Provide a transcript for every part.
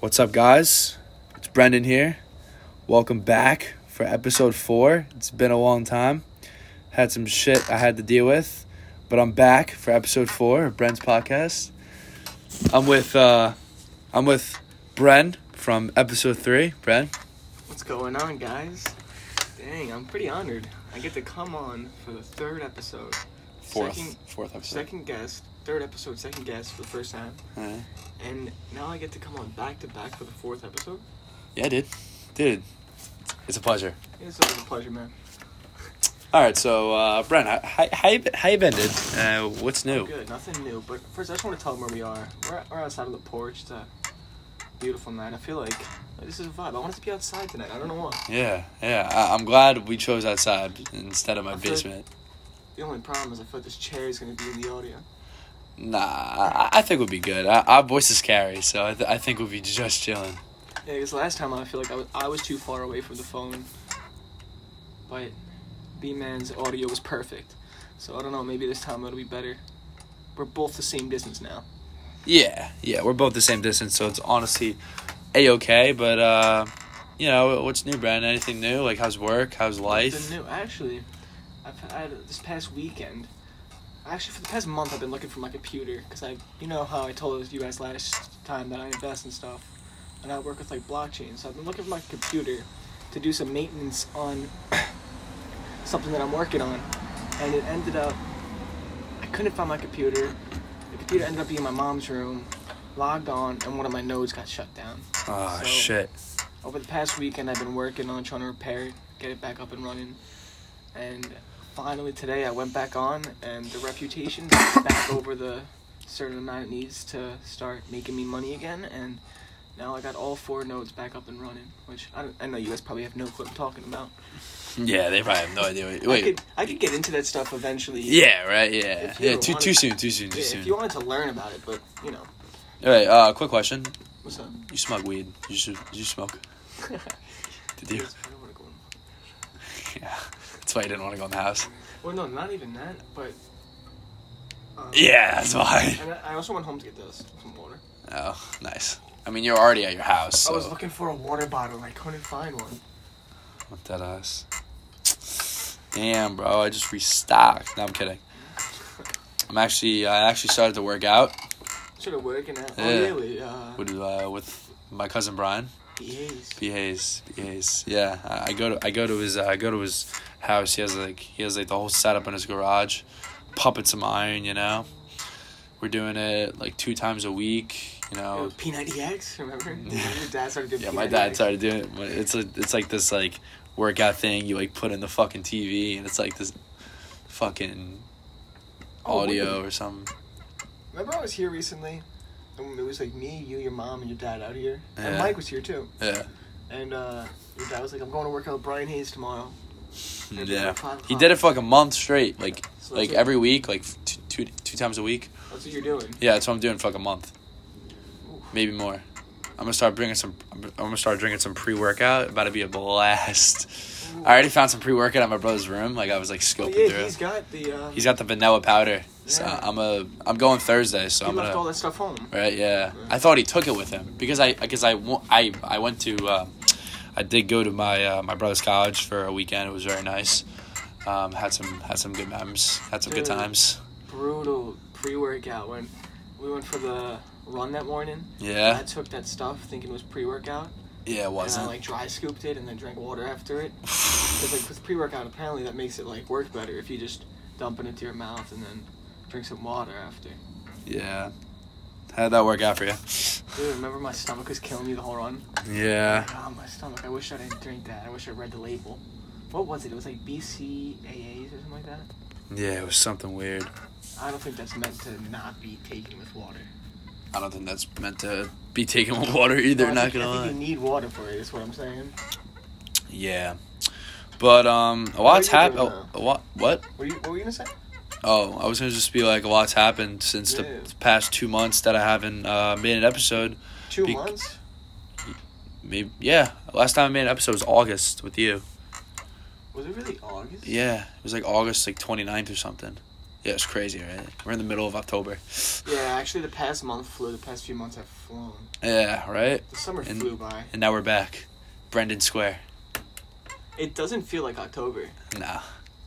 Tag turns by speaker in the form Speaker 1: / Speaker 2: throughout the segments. Speaker 1: What's up, guys? It's Brendan here. Welcome back for episode four. It's been a long time. Had some shit I had to deal with, but I'm back for episode four of Brent's podcast. I'm with uh, I'm with Bren from episode three. Bren,
Speaker 2: What's going on, guys? Dang, I'm pretty honored. I get to come on for the third episode.
Speaker 3: Fourth,
Speaker 2: Second,
Speaker 3: fourth episode.
Speaker 2: second guest, third episode, second guest for the first time.
Speaker 3: Alright.
Speaker 2: And now I get to come on back to back for the fourth episode.
Speaker 3: Yeah, dude, dude, it's a pleasure.
Speaker 2: Yeah, so it's a pleasure, man.
Speaker 3: All right, so uh, Brent, how how, how, you, been- how you been, dude? Uh, what's new?
Speaker 2: Good, nothing new. But first, I just want to tell them where we are. We're, we're outside of the porch. It's a beautiful night. I feel like this is a vibe. I want us to be outside tonight. I don't know why.
Speaker 3: Yeah, yeah. I, I'm glad we chose outside instead of my
Speaker 2: I feel-
Speaker 3: basement.
Speaker 2: The only problem is I feel like this chair is going to be in the audio.
Speaker 3: Nah, I, I think we'll be good. I, our voices carry, so I, th- I think we'll be just chilling.
Speaker 2: Yeah, because last time I feel like I was, I was too far away from the phone. But B Man's audio was perfect. So I don't know, maybe this time it'll be better. We're both the same distance now.
Speaker 3: Yeah, yeah. We're both the same distance, so it's honestly a okay. But uh, you know, what's new, Brent? Anything new? Like how's work? How's life?
Speaker 2: Nothing new. Actually, I've had this past weekend. Actually, for the past month, I've been looking for my computer because I, you know how I told you guys last time that I invest in stuff, and I work with like blockchain. So I've been looking for my computer to do some maintenance on something that I'm working on, and it ended up I couldn't find my computer. The computer ended up being in my mom's room. Logged on, and one of my nodes got shut down.
Speaker 3: Oh
Speaker 2: So-
Speaker 3: shit.
Speaker 2: Over the past weekend, I've been working on trying to repair it, get it back up and running, and finally today I went back on, and the reputation is back over the certain amount it needs to start making me money again, and now I got all four nodes back up and running, which I, don't, I know you guys probably have no clue what I'm talking about.
Speaker 3: Yeah, they probably have no idea.
Speaker 2: I
Speaker 3: Wait,
Speaker 2: could I could get into that stuff eventually.
Speaker 3: Yeah, right. Yeah,
Speaker 2: If you
Speaker 3: yeah. Too
Speaker 2: wanted-
Speaker 3: too soon. Too soon.
Speaker 2: Yeah,
Speaker 3: Too soon.
Speaker 2: If you wanted to learn about it, but you know,
Speaker 3: All right. Uh, quick question.
Speaker 2: what's up?
Speaker 3: You smoke weed? Did you, s- did you smoke? Did you?
Speaker 2: I don't wanna go in-
Speaker 3: Yeah. That's why you didn't want to go in the house.
Speaker 2: Well, no, not even that, but. um,
Speaker 3: Yeah, that's why.
Speaker 2: And I I also went home to get this some water.
Speaker 3: Oh, nice. I mean, you're already at your house.
Speaker 2: I was
Speaker 3: So
Speaker 2: looking for a water bottle. I couldn't find one.
Speaker 3: with that ass. Damn, bro. I just restocked. No, I'm kidding. I'm actually. I actually started to work out
Speaker 2: Should have working out.
Speaker 3: Yeah.
Speaker 2: Oh, really? Uh,
Speaker 3: with uh, with my cousin Brian.
Speaker 2: yes.
Speaker 3: B Hayes, B Hayes. Yeah, I I go to I go to his uh, I go to his house. He has like he has like the whole setup in his garage, pumping some iron. You know, we're doing it like two times a week. You know,
Speaker 2: P90X, remember? Your dad started doing
Speaker 3: Mm. yeah.
Speaker 2: P90X.
Speaker 3: My dad started doing it. but It's like it's like this like workout thing you like put in the fucking TV, and it's like this fucking
Speaker 2: Oh, wait.
Speaker 3: audio or something.
Speaker 2: Remember I was here recently? And it was like me, you, your mom, and your dad out here. And
Speaker 3: Yeah.
Speaker 2: Mike was here too.
Speaker 3: Yeah,
Speaker 2: And uh, your dad was like, I'm going to work out with Brian Hayes tomorrow. And it was
Speaker 3: yeah.
Speaker 2: like five
Speaker 3: He did it
Speaker 2: o'clock.
Speaker 3: for like a month straight, like
Speaker 2: So that's
Speaker 3: like
Speaker 2: what-
Speaker 3: every week, like two two two times a week.
Speaker 2: That's what you're doing.
Speaker 3: Yeah, that's what I'm doing for like a month,
Speaker 2: Oof.
Speaker 3: maybe more. I'm gonna start bringing some. I'm gonna start drinking some pre workout. About to be a blast.
Speaker 2: Ooh.
Speaker 3: I already found some pre workout at my brother's room. Like I was like
Speaker 2: Oh,
Speaker 3: scoping
Speaker 2: yeah,
Speaker 3: through.
Speaker 2: he's got the. Uh,
Speaker 3: he's got the vanilla powder. So
Speaker 2: Yeah.
Speaker 3: I'm a. I'm going Thursday. So
Speaker 2: he
Speaker 3: I'm
Speaker 2: left
Speaker 3: gonna.
Speaker 2: all that stuff home.
Speaker 3: Right, yeah. I thought he took it with him because I because I, wa- I, I went to uh, I did go to my uh, my brother's college for a weekend. It was very nice. Um, had some had some good memes. Had some good
Speaker 2: Dude.
Speaker 3: times.
Speaker 2: Brutal pre workout when we went for the run that morning. I
Speaker 3: Yeah,
Speaker 2: took that stuff thinking it was pre workout.
Speaker 3: yeah. It
Speaker 2: And I
Speaker 3: wasn't.
Speaker 2: like dry scooped it and then drank water after it. Because like with pre workout, apparently that makes it like work better if you just dump it into your mouth and then drink some water after.
Speaker 3: Yeah. How did that work out for you?
Speaker 2: Dude, remember my stomach was killing me the whole run.
Speaker 3: Yeah.
Speaker 2: Ah, my stomach. I wish I didn't drink that. I wish I read the label. What was it? It was like BCAAs or something like that.
Speaker 3: Yeah, it was something weird.
Speaker 2: I don't think that's meant to not be taken with water.
Speaker 3: I don't think that's meant to be taken with water either,
Speaker 2: No, I
Speaker 3: not
Speaker 2: think-
Speaker 3: gonna
Speaker 2: I think
Speaker 3: lie.
Speaker 2: you need water for it. Is what I'm saying.
Speaker 3: Yeah. But um a lot's
Speaker 2: What are you
Speaker 3: happened
Speaker 2: doing
Speaker 3: oh, a lot what?
Speaker 2: What, are you, what were you gonna say?
Speaker 3: Oh, I was gonna just be like a lot's happened since
Speaker 2: Yeah.
Speaker 3: the past two months that I haven't uh, made an episode.
Speaker 2: Two
Speaker 3: Be-
Speaker 2: months.
Speaker 3: Maybe yeah. Last time I made an episode was August with you.
Speaker 2: Was it really August?
Speaker 3: Yeah. It was like August like 29th or something. Yeah, it's crazy, right? We're in the middle of October.
Speaker 2: Yeah, actually, the past month flew. The past few months have flown.
Speaker 3: Yeah, right?
Speaker 2: The summer
Speaker 3: And-
Speaker 2: flew by.
Speaker 3: And now we're back. Brendan Square.
Speaker 2: It doesn't feel like October.
Speaker 3: Nah.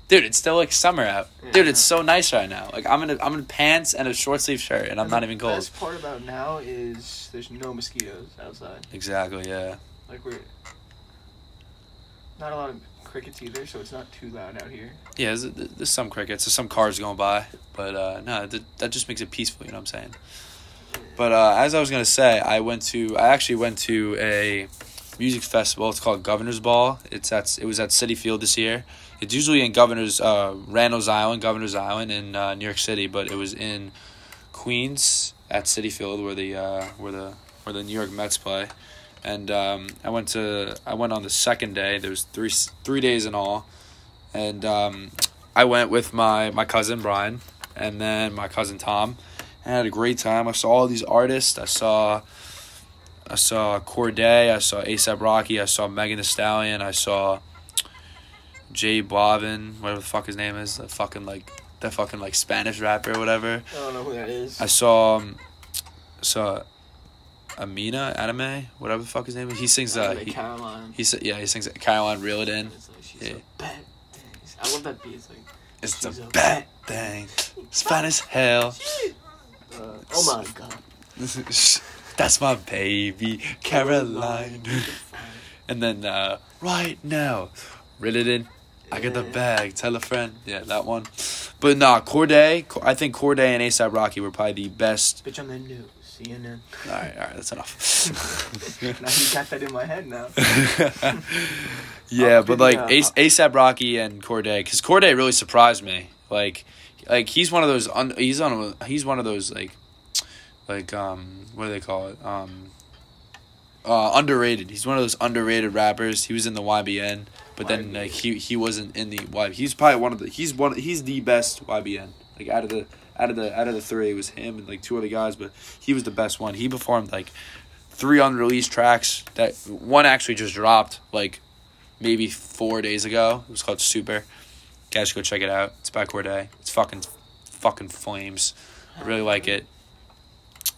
Speaker 3: Dude, it's still like summer out.
Speaker 2: Yeah,
Speaker 3: Dude,
Speaker 2: I
Speaker 3: it's
Speaker 2: know.
Speaker 3: so nice right now. Like I'm in a, I'm in pants and a short sleeve shirt and I'm
Speaker 2: And
Speaker 3: not
Speaker 2: the
Speaker 3: even cold.
Speaker 2: Best part about now is there's no mosquitoes outside.
Speaker 3: Exactly, yeah.
Speaker 2: Like we're not a lot of crickets either, so it's not too loud out here.
Speaker 3: Yeah, there's, there's some crickets, there's some cars going by, but uh, no, that, that just makes it peaceful. You know what I'm saying? But uh, as I was gonna say, I went to, I actually went to a music festival. It's called Governor's Ball. It's at, it was at City Field this year. It's usually in Governor's uh, Randall's Island, Governor's Island in uh, New York City, but it was in Queens at City Field where the uh, where the where the New York Mets play. And um, I went to, I went on the second day. There was three s- three days in all and um, I went with my my cousin Brian and then my cousin Tom, and I had a great time. I saw all these artists. I saw I saw Corday. I saw ASAP Rocky. I saw Megan Thee Stallion. I saw Jay Blavin, whatever the fuck his name is, the fucking like that fucking like Spanish rapper or whatever.
Speaker 2: I don't know who that is.
Speaker 3: I saw um, saw Amina Anime, whatever the fuck his name is. He sings uh,
Speaker 2: Like
Speaker 3: he,
Speaker 2: Caroline.
Speaker 3: he sa- yeah he sings Caroline Reel It In.
Speaker 2: It's like, she's
Speaker 3: yeah.
Speaker 2: a bad thing. I love that beat. It's like,
Speaker 3: It's
Speaker 2: She's
Speaker 3: the
Speaker 2: a
Speaker 3: bad thing. It's fine as hell.
Speaker 2: uh, oh my god.
Speaker 3: That's my baby, Caroline. and then uh, right now, reel it in. I got the
Speaker 2: Yeah.
Speaker 3: bag. Tell a friend. Yeah, that one. But nah, Corday. I think Corday and ASAP Rocky were probably the best.
Speaker 2: Bitch, I'm the new CNN.
Speaker 3: All right, all right, that's enough.
Speaker 2: now you got that in my head now.
Speaker 3: yeah,
Speaker 2: I'll
Speaker 3: but
Speaker 2: be,
Speaker 3: like
Speaker 2: uh,
Speaker 3: Ace ASAP Rocky and Corday, because Corday really surprised me. Like, like he's one of those. Un- he's on. a- He's one of those like, like um, what do they call it? Um, uh, underrated. He's one of those underrated rappers. He was in the YBN, but then
Speaker 2: YBN.
Speaker 3: like he he wasn't in the Y. He's probably one of the. He's one. He's the best YBN. Like out of the out of the out of the three, it was him and like two other guys, but he was the best one. He performed like three unreleased tracks that one actually just dropped like maybe four days ago. It was called Super. Guys, go check it out. It's by Corday. It's fucking fucking flames. I really like it.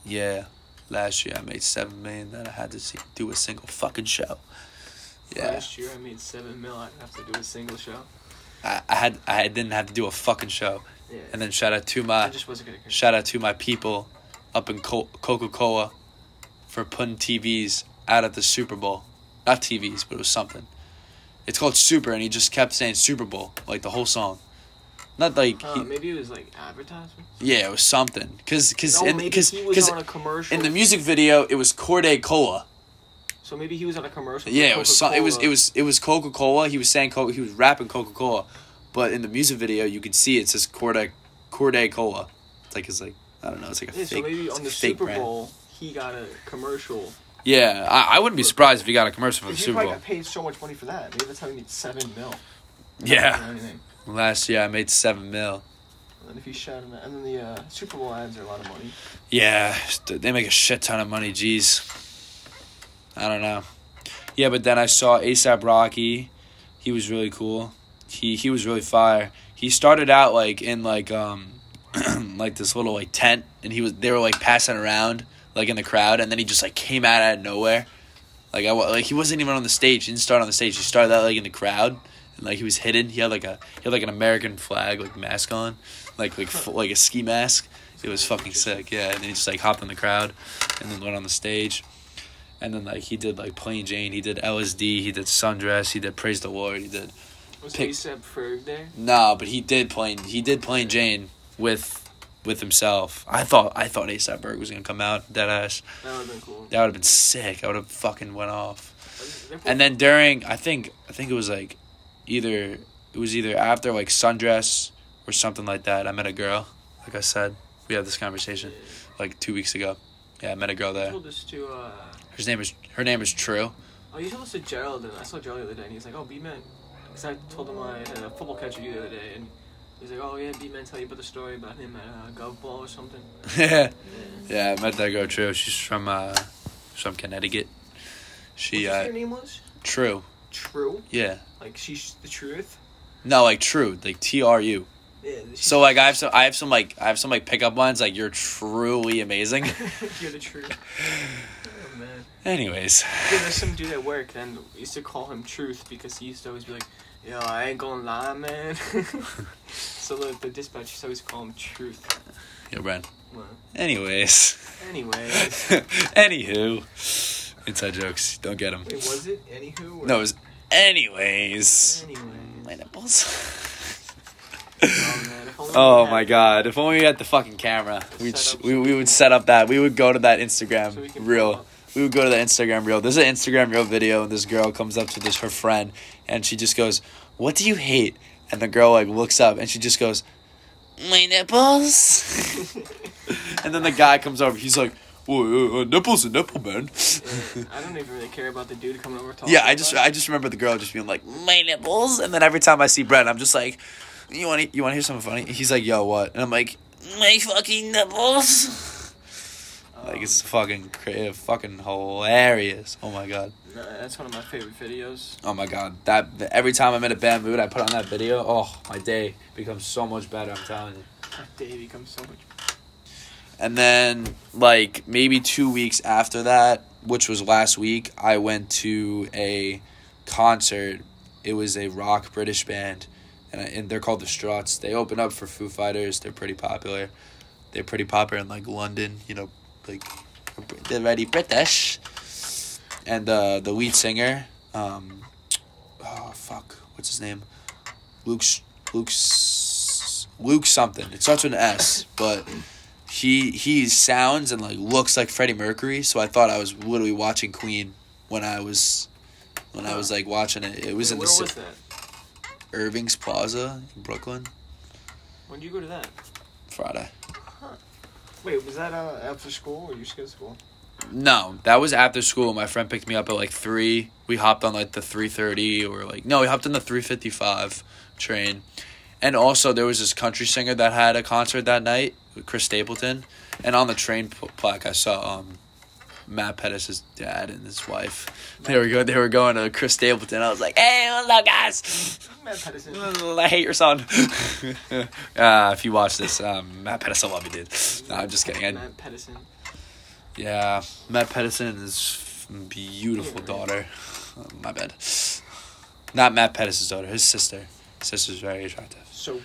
Speaker 3: Yeah, last year I made seven million that I had to see, do a single fucking show. Yeah,
Speaker 2: Last year I made seven mil. I didn't have to do a single show.
Speaker 3: I, I had I didn't have to do a fucking show.
Speaker 2: Yeah.
Speaker 3: And then shout out to
Speaker 2: I
Speaker 3: my
Speaker 2: just wasn't gonna. Care.
Speaker 3: shout out to my people up in Co- Coca Cola for putting TVs out at the Super Bowl. Not TVs, but it was something. It's called Super, and he just kept saying Super Bowl like the whole song. Not like he-
Speaker 2: Uh, maybe it was like advertisement.
Speaker 3: yeah, it was something. Cause cause
Speaker 2: No,
Speaker 3: in,
Speaker 2: maybe
Speaker 3: cause,
Speaker 2: he was
Speaker 3: 'cause
Speaker 2: on a commercial.
Speaker 3: in the music video it was Corday Cola.
Speaker 2: so maybe he was on a commercial. for
Speaker 3: Yeah, it was so, it was it
Speaker 2: Coca-Cola.
Speaker 3: was it was Coca Cola. He was saying Coca, he was rapping Coca Cola, but in the music video you could see it says Corday Corday Cola. It's like it's like I don't know. It's like a
Speaker 2: Yeah,
Speaker 3: fake.
Speaker 2: so maybe
Speaker 3: it's like
Speaker 2: on the
Speaker 3: a fake
Speaker 2: Super
Speaker 3: brand.
Speaker 2: Bowl he got a commercial.
Speaker 3: Yeah, I, I wouldn't be surprised if he got a commercial for the
Speaker 2: He
Speaker 3: Super
Speaker 2: probably
Speaker 3: Bowl.
Speaker 2: got paid so much money for that. Maybe that's how he made seven mil. Not for
Speaker 3: Yeah,
Speaker 2: anything.
Speaker 3: last year I made seven mil.
Speaker 2: And then if you shout him, out- and then the uh, Super Bowl ads are a lot of money.
Speaker 3: Yeah, they make a shit ton of money. Jeez, I don't know. Yeah, but then I saw ASAP Rocky. He was really cool. He he was really fire. He started out like in like um like this little like tent, and he was they were like passing around like in the crowd, and then he just like came out out of nowhere. Like I wa- like he wasn't even on the stage. He didn't start on the stage. He started out like in the crowd, and like he was hidden. He had like a he had like an American flag like mask on, like like fu- like a ski mask. It was fucking sick. Yeah, and then he just like hopped in the crowd, and then went on the stage, and then like he did like Plain Jane. He did LSD. He did Sundress. He did Praise the Lord. He did
Speaker 2: Was
Speaker 3: Pick-
Speaker 2: ASAP Ferg there?
Speaker 3: Nah, but he did plain he did plain Jane with with himself. I thought I thought ASAP Berg was gonna come out dead ass.
Speaker 2: That would have been cool.
Speaker 3: That would have been sick. I would have fucking went off.
Speaker 2: They're-
Speaker 3: And then during I think I think it was like either it was either after like sundress or something like that. I met a girl. Like I said, we had this conversation like two weeks ago. Yeah, I met a girl
Speaker 2: You
Speaker 3: there.
Speaker 2: told this to uh,
Speaker 3: Her name is her name is True.
Speaker 2: oh, you told this to Gerald, and I saw Gerald the other day, and he's like, "Oh, B man," because I told him I had a football catch with you the other day, and he's like, "Oh yeah, B man, tell you about the story about him at uh, Gov Ball or something."
Speaker 3: yeah, I met that girl True. She's from uh she's from Connecticut. She
Speaker 2: What'd you say
Speaker 3: uh
Speaker 2: her name was
Speaker 3: True.
Speaker 2: True.
Speaker 3: Yeah.
Speaker 2: Like she's the truth.
Speaker 3: No, like true, like T R U.
Speaker 2: Yeah, she's-
Speaker 3: So like I have some I have some like I have some like pickup lines like you're truly amazing.
Speaker 2: you're the truth. Oh man.
Speaker 3: Anyways,
Speaker 2: Yeah, there's some dude at work, and we used to call him Truth because he used to always be like, "Yo, I ain't gonna lie, man." so the, the dispatch used to always call him Truth.
Speaker 3: yo, Bren.
Speaker 2: Well,
Speaker 3: Anyways,
Speaker 2: anyways,
Speaker 3: anywho, inside jokes. Don't get them.
Speaker 2: wait, was it anywho? or-
Speaker 3: No, it was anyways.
Speaker 2: Anyways.
Speaker 3: My nipples.
Speaker 2: Oh, man, if only
Speaker 3: Oh
Speaker 2: we
Speaker 3: my
Speaker 2: had-
Speaker 3: god! If only we had the fucking camera, we'd
Speaker 2: Set
Speaker 3: sh-
Speaker 2: up
Speaker 3: we we would set up that we would go to that Instagram
Speaker 2: So we can pull
Speaker 3: reel.
Speaker 2: up.
Speaker 3: We would go to the Instagram reel. There's an Instagram reel video, and this girl comes up to this her friend, and she just goes, "What do you hate?" And the girl like looks up, and she just goes, "My nipples." and then the guy comes over. He's like, "Well, uh, uh, nipples and nipple man."
Speaker 2: Yeah, I don't even really care about the dude coming over talking.
Speaker 3: yeah, I just
Speaker 2: about
Speaker 3: I just remember the girl just being like, "My nipples," and then every time I see Brett, I'm just like, "You want to you want to hear something funny?" He's like, "Yo, what?" And I'm like, "My fucking nipples."
Speaker 2: it.
Speaker 3: Like
Speaker 2: Um,
Speaker 3: it's fucking cra- fucking hilarious. Oh my god.
Speaker 2: no, Um, that's one of my favorite videos.
Speaker 3: Oh my god. That th- every time I'm in a bad mood, I put on that video. Oh, my day becomes so much better. I'm telling you.
Speaker 2: That day becomes so much.
Speaker 3: And then like maybe two weeks after that, which was last week, I went to a concert. It was a rock British band, and, I, and they're called the Struts. They open up for Foo Fighters. They're pretty popular. They're pretty popular in like London. You know, like they're ready British. And uh, the lead singer, um, oh fuck, what's his name? Luke's Luke's Luke something. It starts with an S, but he he sounds and like looks like Freddie Mercury, so I thought I was literally watching Queen when I was when I was like watching it. It was
Speaker 2: Wait,
Speaker 3: in
Speaker 2: where
Speaker 3: the si-
Speaker 2: was that?
Speaker 3: Irving's Plaza in Brooklyn
Speaker 2: When did you go to that?
Speaker 3: Friday.
Speaker 2: Wait, was that uh, after school or you skipped school?
Speaker 3: No, that was after school. My friend picked me up at like three. We hopped on like the three thirty or like no, we hopped on the three fifty five train. And also there was this country singer that had a concert that night, Chris Stapleton. And on the train pl- plaque, I saw um, Matt Pettis' dad and his wife. They were going. They were going to Chris Stapleton. I was like, "Hey, what's up, guys?
Speaker 2: Matt Patterson.
Speaker 3: I hate your son." uh, if you watch this, um, Matt Pettis, I love you, dude. No, I'm just kidding. I,
Speaker 2: Matt Pedersen.
Speaker 3: yeah, Matt Pedersen and his f- beautiful
Speaker 2: Yeah.
Speaker 3: daughter. Oh, my bad. Not Matt Pedersen's daughter, his sister. His sister's very attractive.
Speaker 2: So,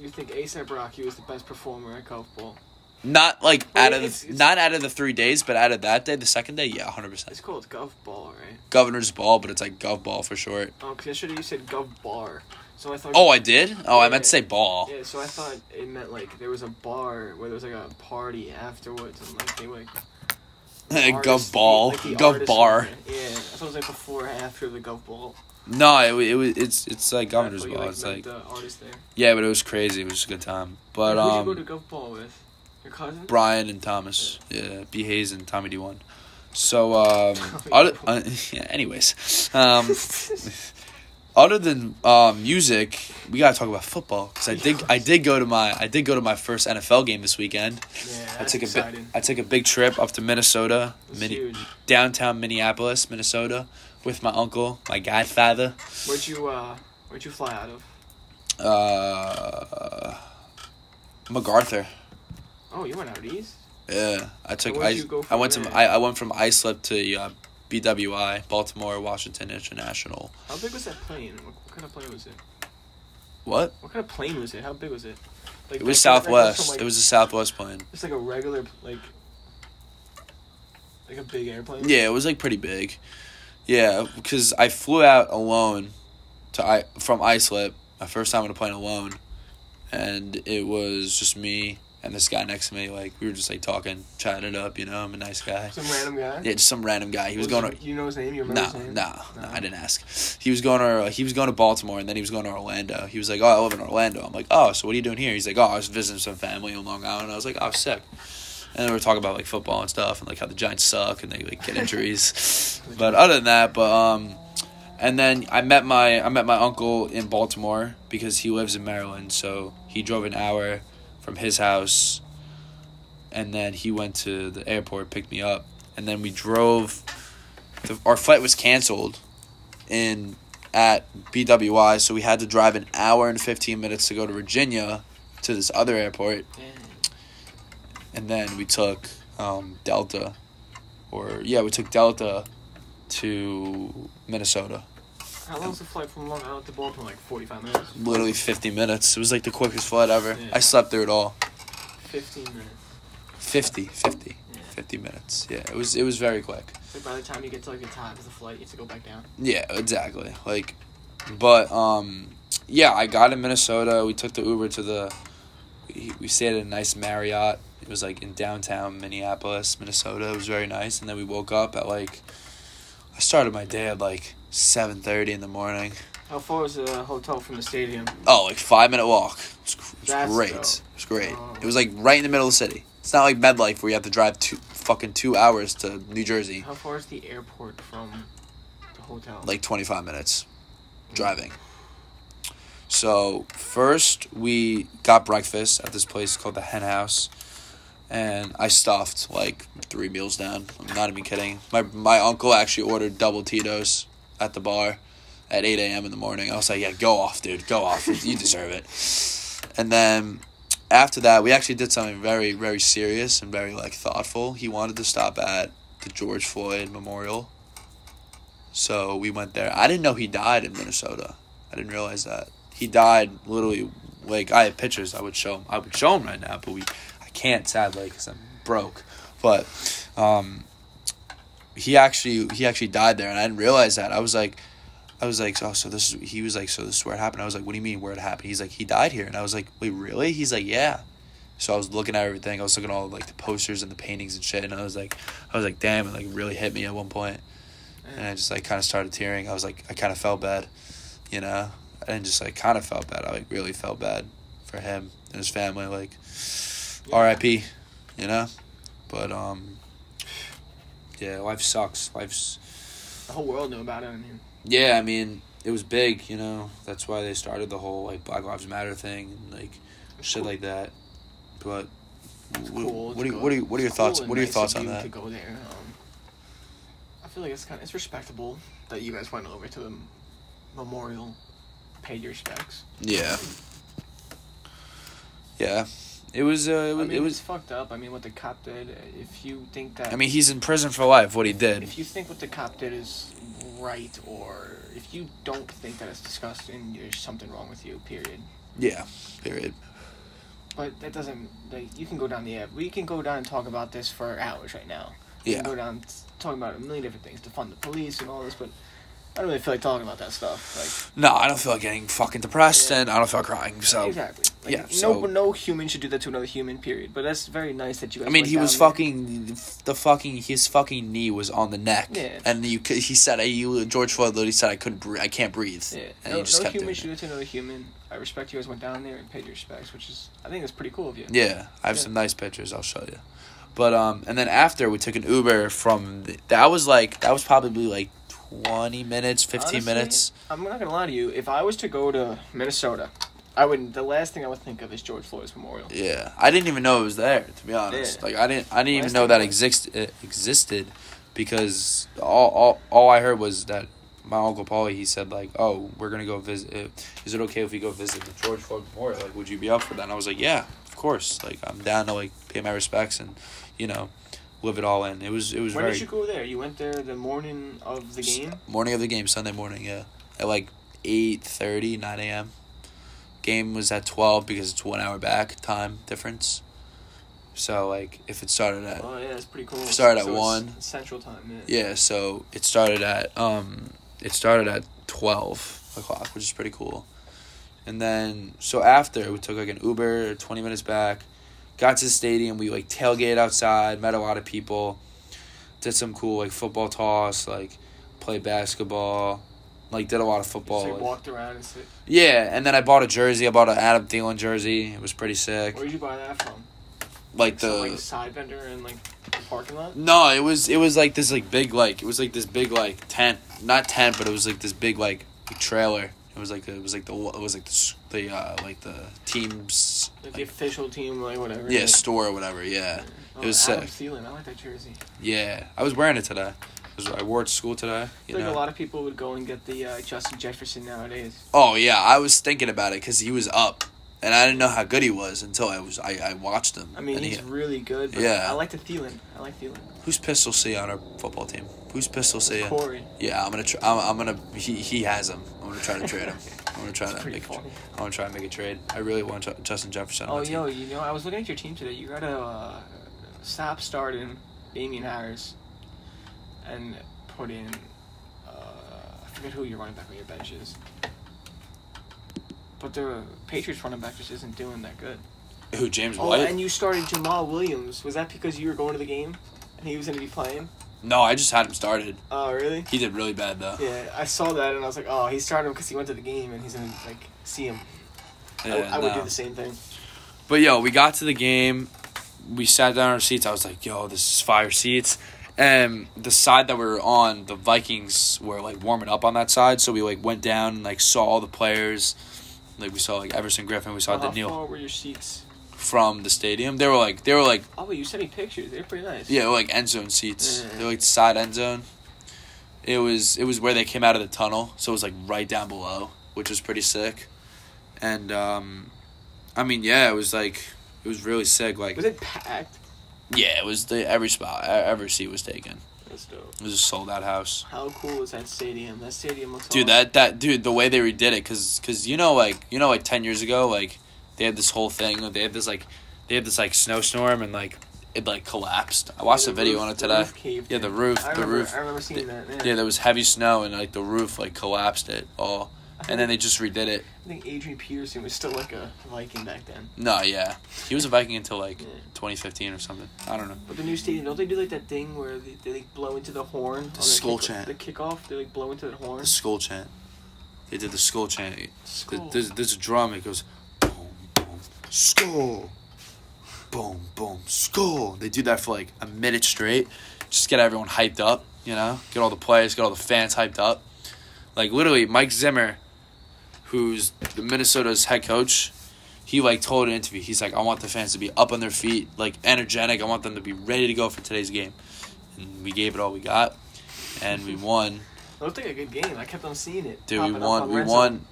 Speaker 2: you think ASAP Rocky was the best performer at Golfball?
Speaker 3: Not like
Speaker 2: Well,
Speaker 3: out of
Speaker 2: it's- it's-
Speaker 3: not out of the three days, but out of that day, the second day, yeah, hundred
Speaker 2: It's
Speaker 3: percent.
Speaker 2: called Golfball, right?
Speaker 3: Governor's ball, but it's like gov ball for short.
Speaker 2: Oh, because yesterday you said Golfbar. So I thought.
Speaker 3: Oh, I did. Oh, I meant to
Speaker 2: Yeah.
Speaker 3: say ball.
Speaker 2: Yeah, so I thought it meant like there was a bar where there was like a party afterwards and like they like.
Speaker 3: gov
Speaker 2: artists-
Speaker 3: ball,
Speaker 2: like, the
Speaker 3: gov
Speaker 2: artists
Speaker 3: bar.
Speaker 2: were- Yeah, that's what I was like before and after the golf ball.
Speaker 3: No, it, wa- it was it's it's like governor's
Speaker 2: I thought you,
Speaker 3: ball. It's
Speaker 2: meant
Speaker 3: like
Speaker 2: the artist there.
Speaker 3: yeah, but it was crazy. It was a good time. But
Speaker 2: Who'd
Speaker 3: um,
Speaker 2: you go to golf ball with? Your cousin?
Speaker 3: Brian and Thomas. Yeah, B Hayes and Tommy D one. So um,
Speaker 2: Tommy
Speaker 3: other,
Speaker 2: D.
Speaker 3: uh, yeah, anyways, um, other than um, music, we gotta talk about football because I did I did go to my I did go to my first NFL game this weekend.
Speaker 2: yeah,
Speaker 3: I
Speaker 2: that's
Speaker 3: took a bi-
Speaker 2: exciting.
Speaker 3: I took a big trip up to Minnesota,
Speaker 2: That's
Speaker 3: Minne-
Speaker 2: huge.
Speaker 3: downtown Minneapolis, Minnesota, with my uncle, my godfather.
Speaker 2: Where'd you uh where'd you fly out of?
Speaker 3: Uh, MacArthur.
Speaker 2: Oh, you went out east?
Speaker 3: Yeah, I took.
Speaker 2: where'd
Speaker 3: I,
Speaker 2: you go
Speaker 3: I
Speaker 2: from
Speaker 3: went to.
Speaker 2: there?
Speaker 3: I, I went from Islip to uh, BWI, Baltimore, Washington International.
Speaker 2: How big was that plane? What, what kind of plane was it?
Speaker 3: What?
Speaker 2: What kind of plane was it? How big was it? Like
Speaker 3: It was
Speaker 2: that goes- that goes
Speaker 3: Southwest.
Speaker 2: from, like,
Speaker 3: It was a Southwest plane.
Speaker 2: It's like a regular like like a big airplane.
Speaker 3: Yeah, it was like pretty big. Yeah, because I flew out alone to I from Islip, my first time on a plane alone, and it was just me and this guy next to me. Like we were just like talking, chatting it up. You know, I'm a nice guy.
Speaker 2: Some random guy.
Speaker 3: Yeah, just some random guy. He was
Speaker 2: Was
Speaker 3: going.
Speaker 2: it-
Speaker 3: to-
Speaker 2: You know his name? You remember
Speaker 3: No,
Speaker 2: his name?
Speaker 3: no, no,
Speaker 2: No.
Speaker 3: I didn't ask. He was going to uh, he was going to Baltimore and then he was going to Orlando. He was like, "Oh, I live in Orlando." I'm like, "Oh, so what are you doing here?" He's like, "Oh, I was visiting some family on Long Island." I was like, "Oh, sick." And then we were talking about like football and stuff and like how the Giants suck and they like get injuries. but other than that, but um, and then I met my I met my uncle in Baltimore because he lives in Maryland, so he drove an hour from his house, and then he went to the airport, picked me up, and then we drove the, our flight was canceled in at BWI, so we had to drive an hour and 15 minutes to go to Virginia to this other airport, and then we took um, Delta, or yeah, we took Delta to Minnesota.
Speaker 2: How long's the flight from Long Island to Baltimore? Like 45 minutes?
Speaker 3: Literally 50 minutes. It was like the quickest flight ever.
Speaker 2: Yeah.
Speaker 3: I slept through it all.
Speaker 2: 15 minutes.
Speaker 3: 50, 50,
Speaker 2: Yeah.
Speaker 3: 50 minutes. Yeah, it was it was very quick.
Speaker 2: So by the time you get to like the top of the flight, you have to go back down.
Speaker 3: Yeah, exactly. Like, but um, yeah, I got in Minnesota. We took the Uber to the. We, we stayed at a nice Marriott. It was like in downtown Minneapolis, Minnesota. It was very nice. And then we woke up at like. I started my day at like seven thirty in the morning.
Speaker 2: How far is the hotel from the stadium?
Speaker 3: Oh, like five minute walk. It was, cr- it
Speaker 2: That's
Speaker 3: was great.
Speaker 2: dope.
Speaker 3: It was great.
Speaker 2: Oh.
Speaker 3: It was like right in the middle of the city. It's not like MedLife where you have to drive two fucking two hours to New Jersey.
Speaker 2: How far is the airport from the hotel?
Speaker 3: like 25 minutes driving. So, first we got breakfast at this place called the Hen House and I stuffed like three meals down. I'm not even kidding. My my uncle actually ordered double Tito's at the bar at 8 a.m. in the morning. I was like, "Yeah, go off, dude. Go off. You deserve it." And then after that, we actually did something very very serious and very like thoughtful. He wanted to stop at the George Floyd Memorial. So we went there. I didn't know he died in Minnesota. I didn't realize that. He died literally like I have pictures I would show him. I would show him right now, but we I can't sadly because I'm broke. But um, he actually he actually died there, and I didn't realize that. I was like, I was like, oh, so this is. He was like, so this is where it happened. I was like, what do you mean where it happened? He's like, he died here, and I was like, wait, really? He's like, yeah. So I was looking at everything. I was looking at all like the posters and the paintings and shit, and I was like, I was like, damn, it like really hit me at one point
Speaker 2: Eh,
Speaker 3: and I just like kind of started tearing. I was like, I kind of felt bad, you know, and just like kind of felt bad. I like really felt bad for him and his family, like
Speaker 2: Yeah.
Speaker 3: R.I.P. You know, but um, yeah, life sucks. Life's
Speaker 2: The whole world knew about it. I mean,
Speaker 3: yeah. I mean, it was big, you know. That's why they started the whole like Black Lives Matter thing, and, like shit like that. But
Speaker 2: It's
Speaker 3: what,
Speaker 2: cool,
Speaker 3: what
Speaker 2: it's
Speaker 3: are you,
Speaker 2: good.
Speaker 3: what are you, what are your
Speaker 2: It's cool
Speaker 3: thoughts?
Speaker 2: and
Speaker 3: What are your
Speaker 2: nice
Speaker 3: thoughts
Speaker 2: of
Speaker 3: on
Speaker 2: you
Speaker 3: that?
Speaker 2: To go there, um, I feel like it's kind of it's respectable that you guys went over to the memorial, paid your respects.
Speaker 3: Yeah. Yeah. It was uh, it
Speaker 2: I
Speaker 3: was,
Speaker 2: mean,
Speaker 3: it was
Speaker 2: it's fucked up. I mean, what the cop did. If you think that,
Speaker 3: I mean, he's in prison for life. What he did.
Speaker 2: if you think what the cop did is right, or if you don't think that it's disgusting, there's something wrong with you. Period.
Speaker 3: Yeah. Period.
Speaker 2: But that doesn't. Like, you can go down the app. We can go down and talk about this for hours right now. We
Speaker 3: Yeah.
Speaker 2: can go down t- talking about a million different things, defund the police and all this, but I don't really feel like talking about that stuff.
Speaker 3: No, I don't feel like getting fucking depressed,
Speaker 2: Yeah.
Speaker 3: and I don't feel like crying.
Speaker 2: Like
Speaker 3: So.
Speaker 2: exactly. Like,
Speaker 3: yeah,
Speaker 2: No,
Speaker 3: so-
Speaker 2: no human should do that to another human. Period. But that's very nice that you. Guys
Speaker 3: I mean,
Speaker 2: went
Speaker 3: he
Speaker 2: down
Speaker 3: was
Speaker 2: there.
Speaker 3: fucking the fucking his fucking knee was on the neck,
Speaker 2: Yeah.
Speaker 3: and you c- he said you George Floyd literally said I couldn't breathe, I can't breathe,
Speaker 2: Yeah.
Speaker 3: and
Speaker 2: no
Speaker 3: he just
Speaker 2: no
Speaker 3: kept
Speaker 2: human
Speaker 3: doing
Speaker 2: should
Speaker 3: it.
Speaker 2: do that to another human. I respect you guys went down there and paid your respects, which is I think that's pretty cool of you.
Speaker 3: Yeah, I have
Speaker 2: Yeah.
Speaker 3: some nice pictures. I'll show you. But um, and then after we took an Uber from the, that was like that was probably like twenty minutes, fifteen
Speaker 2: Honestly,
Speaker 3: minutes.
Speaker 2: I'm not gonna lie to you. If I was to go to Minnesota, I would. The last thing I would think of is George Floyd's memorial.
Speaker 3: Yeah, I didn't even know it was there. To be honest,
Speaker 2: Yeah.
Speaker 3: like I didn't, I didn't
Speaker 2: Last
Speaker 3: even know
Speaker 2: thing
Speaker 3: that
Speaker 2: I-
Speaker 3: exist uh, existed, because all, all all I heard was that my uncle Paulie he said like, oh, we're gonna go visit. uh, Is it okay if we go visit the George Floyd Memorial? Like, would you be up for that? And I was like, yeah, of course. Like, I'm down to like pay my respects and, you know, live it all in. It was it was
Speaker 2: When
Speaker 3: very
Speaker 2: did you go there? You went there the morning of the game.
Speaker 3: morning of the game, Sunday morning, yeah, at like 8.30, 9 a.m. Game was at twelve because it's one hour back time difference. So like, if it started at
Speaker 2: Oh yeah, that's pretty cool.
Speaker 3: uh, Started at
Speaker 2: it's
Speaker 3: one.
Speaker 2: Central time. Yeah.
Speaker 3: yeah, so it started at um, it started at twelve o'clock, which is pretty cool. And then so after we took like an Uber, twenty minutes back, got to the stadium. We like tailgate outside, met a lot of people, did some cool like football toss, like played basketball, like did a lot of football.
Speaker 2: Just, like,
Speaker 3: like-
Speaker 2: walked around and sit.
Speaker 3: yeah, and then I bought a jersey. I bought an Adam Thielen jersey. It was pretty sick.
Speaker 2: Where did you buy that from?
Speaker 3: Like
Speaker 2: Some, like
Speaker 3: the
Speaker 2: side vendor in like the parking lot.
Speaker 3: no, it was it was like this like big like it was like this big like tent, not tent, but it was like this big like trailer. It was like the, it was like the it was like the s- the uh, like the teams
Speaker 2: Like, the
Speaker 3: like,
Speaker 2: official team, like whatever.
Speaker 3: yeah
Speaker 2: Like,
Speaker 3: store or whatever. Yeah,
Speaker 2: oh,
Speaker 3: it was
Speaker 2: Adam
Speaker 3: sick.
Speaker 2: Thielen, I like that jersey.
Speaker 3: yeah. I was wearing it today. It because I wore it to school today.
Speaker 2: I
Speaker 3: You
Speaker 2: think
Speaker 3: know?
Speaker 2: a lot of people would go and get the uh, Justin Jefferson nowadays.
Speaker 3: Oh yeah, I was thinking about it because he was up, and I didn't know how good he was until I was I, I watched him.
Speaker 2: I mean,
Speaker 3: and he-
Speaker 2: he's really good. But
Speaker 3: Yeah.
Speaker 2: I like the Thielen. I like Thielen.
Speaker 3: who's Pistol C on our football team? Who's Pistol C?
Speaker 2: Corey.
Speaker 3: Yeah, I'm gonna tr- I'm, I'm gonna he, he has him. I'm gonna try to trade him. I'm gonna try
Speaker 2: It's
Speaker 3: to
Speaker 2: pretty
Speaker 3: make a tra-
Speaker 2: funny.
Speaker 3: I'm gonna try and make a trade. I really want Ju- Justin Jefferson. On
Speaker 2: Oh,
Speaker 3: my team.
Speaker 2: yo, you know, I was looking at your team today. You got to uh, stop starting Damien Harris and put in. Uh, I forget who your running back on your bench is. But the Patriots running back just isn't doing that good.
Speaker 3: Who James
Speaker 2: Oh,
Speaker 3: White?
Speaker 2: and you started Jamal Williams. Was that because you were going to the game and he was going to be playing?
Speaker 3: no, I just had him started.
Speaker 2: Oh, really?
Speaker 3: He did really bad though.
Speaker 2: Yeah, I saw that and I was like, oh, he's starting him because he went to the game and he's going to, like, see him. I,
Speaker 3: Yeah,
Speaker 2: I would
Speaker 3: no.
Speaker 2: do the same thing.
Speaker 3: uh, But yo, we got to the game. We sat down in our seats. I was like, yo, this is fire seats. And the side that we were on, the Vikings were like warming up on that side. So we like went down and like saw all the players. Like we saw like Everson Griffin, we saw
Speaker 2: How
Speaker 3: Daniil
Speaker 2: far were Uh-huh. your seats?
Speaker 3: from the stadium. They were like they were like
Speaker 2: Oh, wait, you sent me pictures. They're pretty nice.
Speaker 3: yeah, they were, like end zone seats.
Speaker 2: Yeah.
Speaker 3: They're like the side end zone. It was it was where they came out of the tunnel, so it was like right down below, which was pretty sick. And um I mean yeah, it was like it was really sick. Like
Speaker 2: Was it packed?
Speaker 3: Yeah, it was the every spot, e- every seat was taken.
Speaker 2: That's dope.
Speaker 3: It was a sold out house,
Speaker 2: How cool is that stadium? That stadium looks.
Speaker 3: dude.
Speaker 2: awesome.
Speaker 3: That that dude, the way they redid it, cause 'cause you know like you know like ten years ago, like they had this whole thing, like, they had this like they had this like snowstorm and like it like collapsed. I watched
Speaker 2: The
Speaker 3: a video
Speaker 2: roof-
Speaker 3: on it
Speaker 2: the
Speaker 3: today.
Speaker 2: roof caved
Speaker 3: Yeah,
Speaker 2: in.
Speaker 3: the roof,
Speaker 2: I
Speaker 3: the
Speaker 2: remember,
Speaker 3: roof.
Speaker 2: I remember seeing that. Yeah.
Speaker 3: Yeah, there was heavy snow and like the roof like collapsed it all, and then they just redid it.
Speaker 2: I think Adrian Peterson was still like a Viking back then.
Speaker 3: No, yeah, he was a Viking until like
Speaker 2: Yeah.
Speaker 3: 2015 or something. I don't know.
Speaker 2: But the new stadium, don't they do like that thing where they, they like blow into the horn? on The
Speaker 3: skull
Speaker 2: kick-
Speaker 3: chant.
Speaker 2: The kickoff, they like blow into the horn.
Speaker 3: The skull chant. They did the skull chant. Th-
Speaker 2: Skull.
Speaker 3: There's, there's a drum. It goes, boom, boom, skull, boom, boom, skull. They do that for like a minute straight. Just get everyone hyped up, you know. Get all the players, get all the fans hyped up. Like literally, Mike Zimmer, who's the Minnesota's head coach, he like told an interview. He's like, I want the fans to be up on their feet, like energetic. I want them to be ready to go for today's game. And we gave it all we got, and we won.
Speaker 2: It looked like a good game. I kept on seeing it.
Speaker 3: Dude,
Speaker 2: popping
Speaker 3: we
Speaker 2: up
Speaker 3: won.
Speaker 2: on
Speaker 3: We
Speaker 2: Red
Speaker 3: won.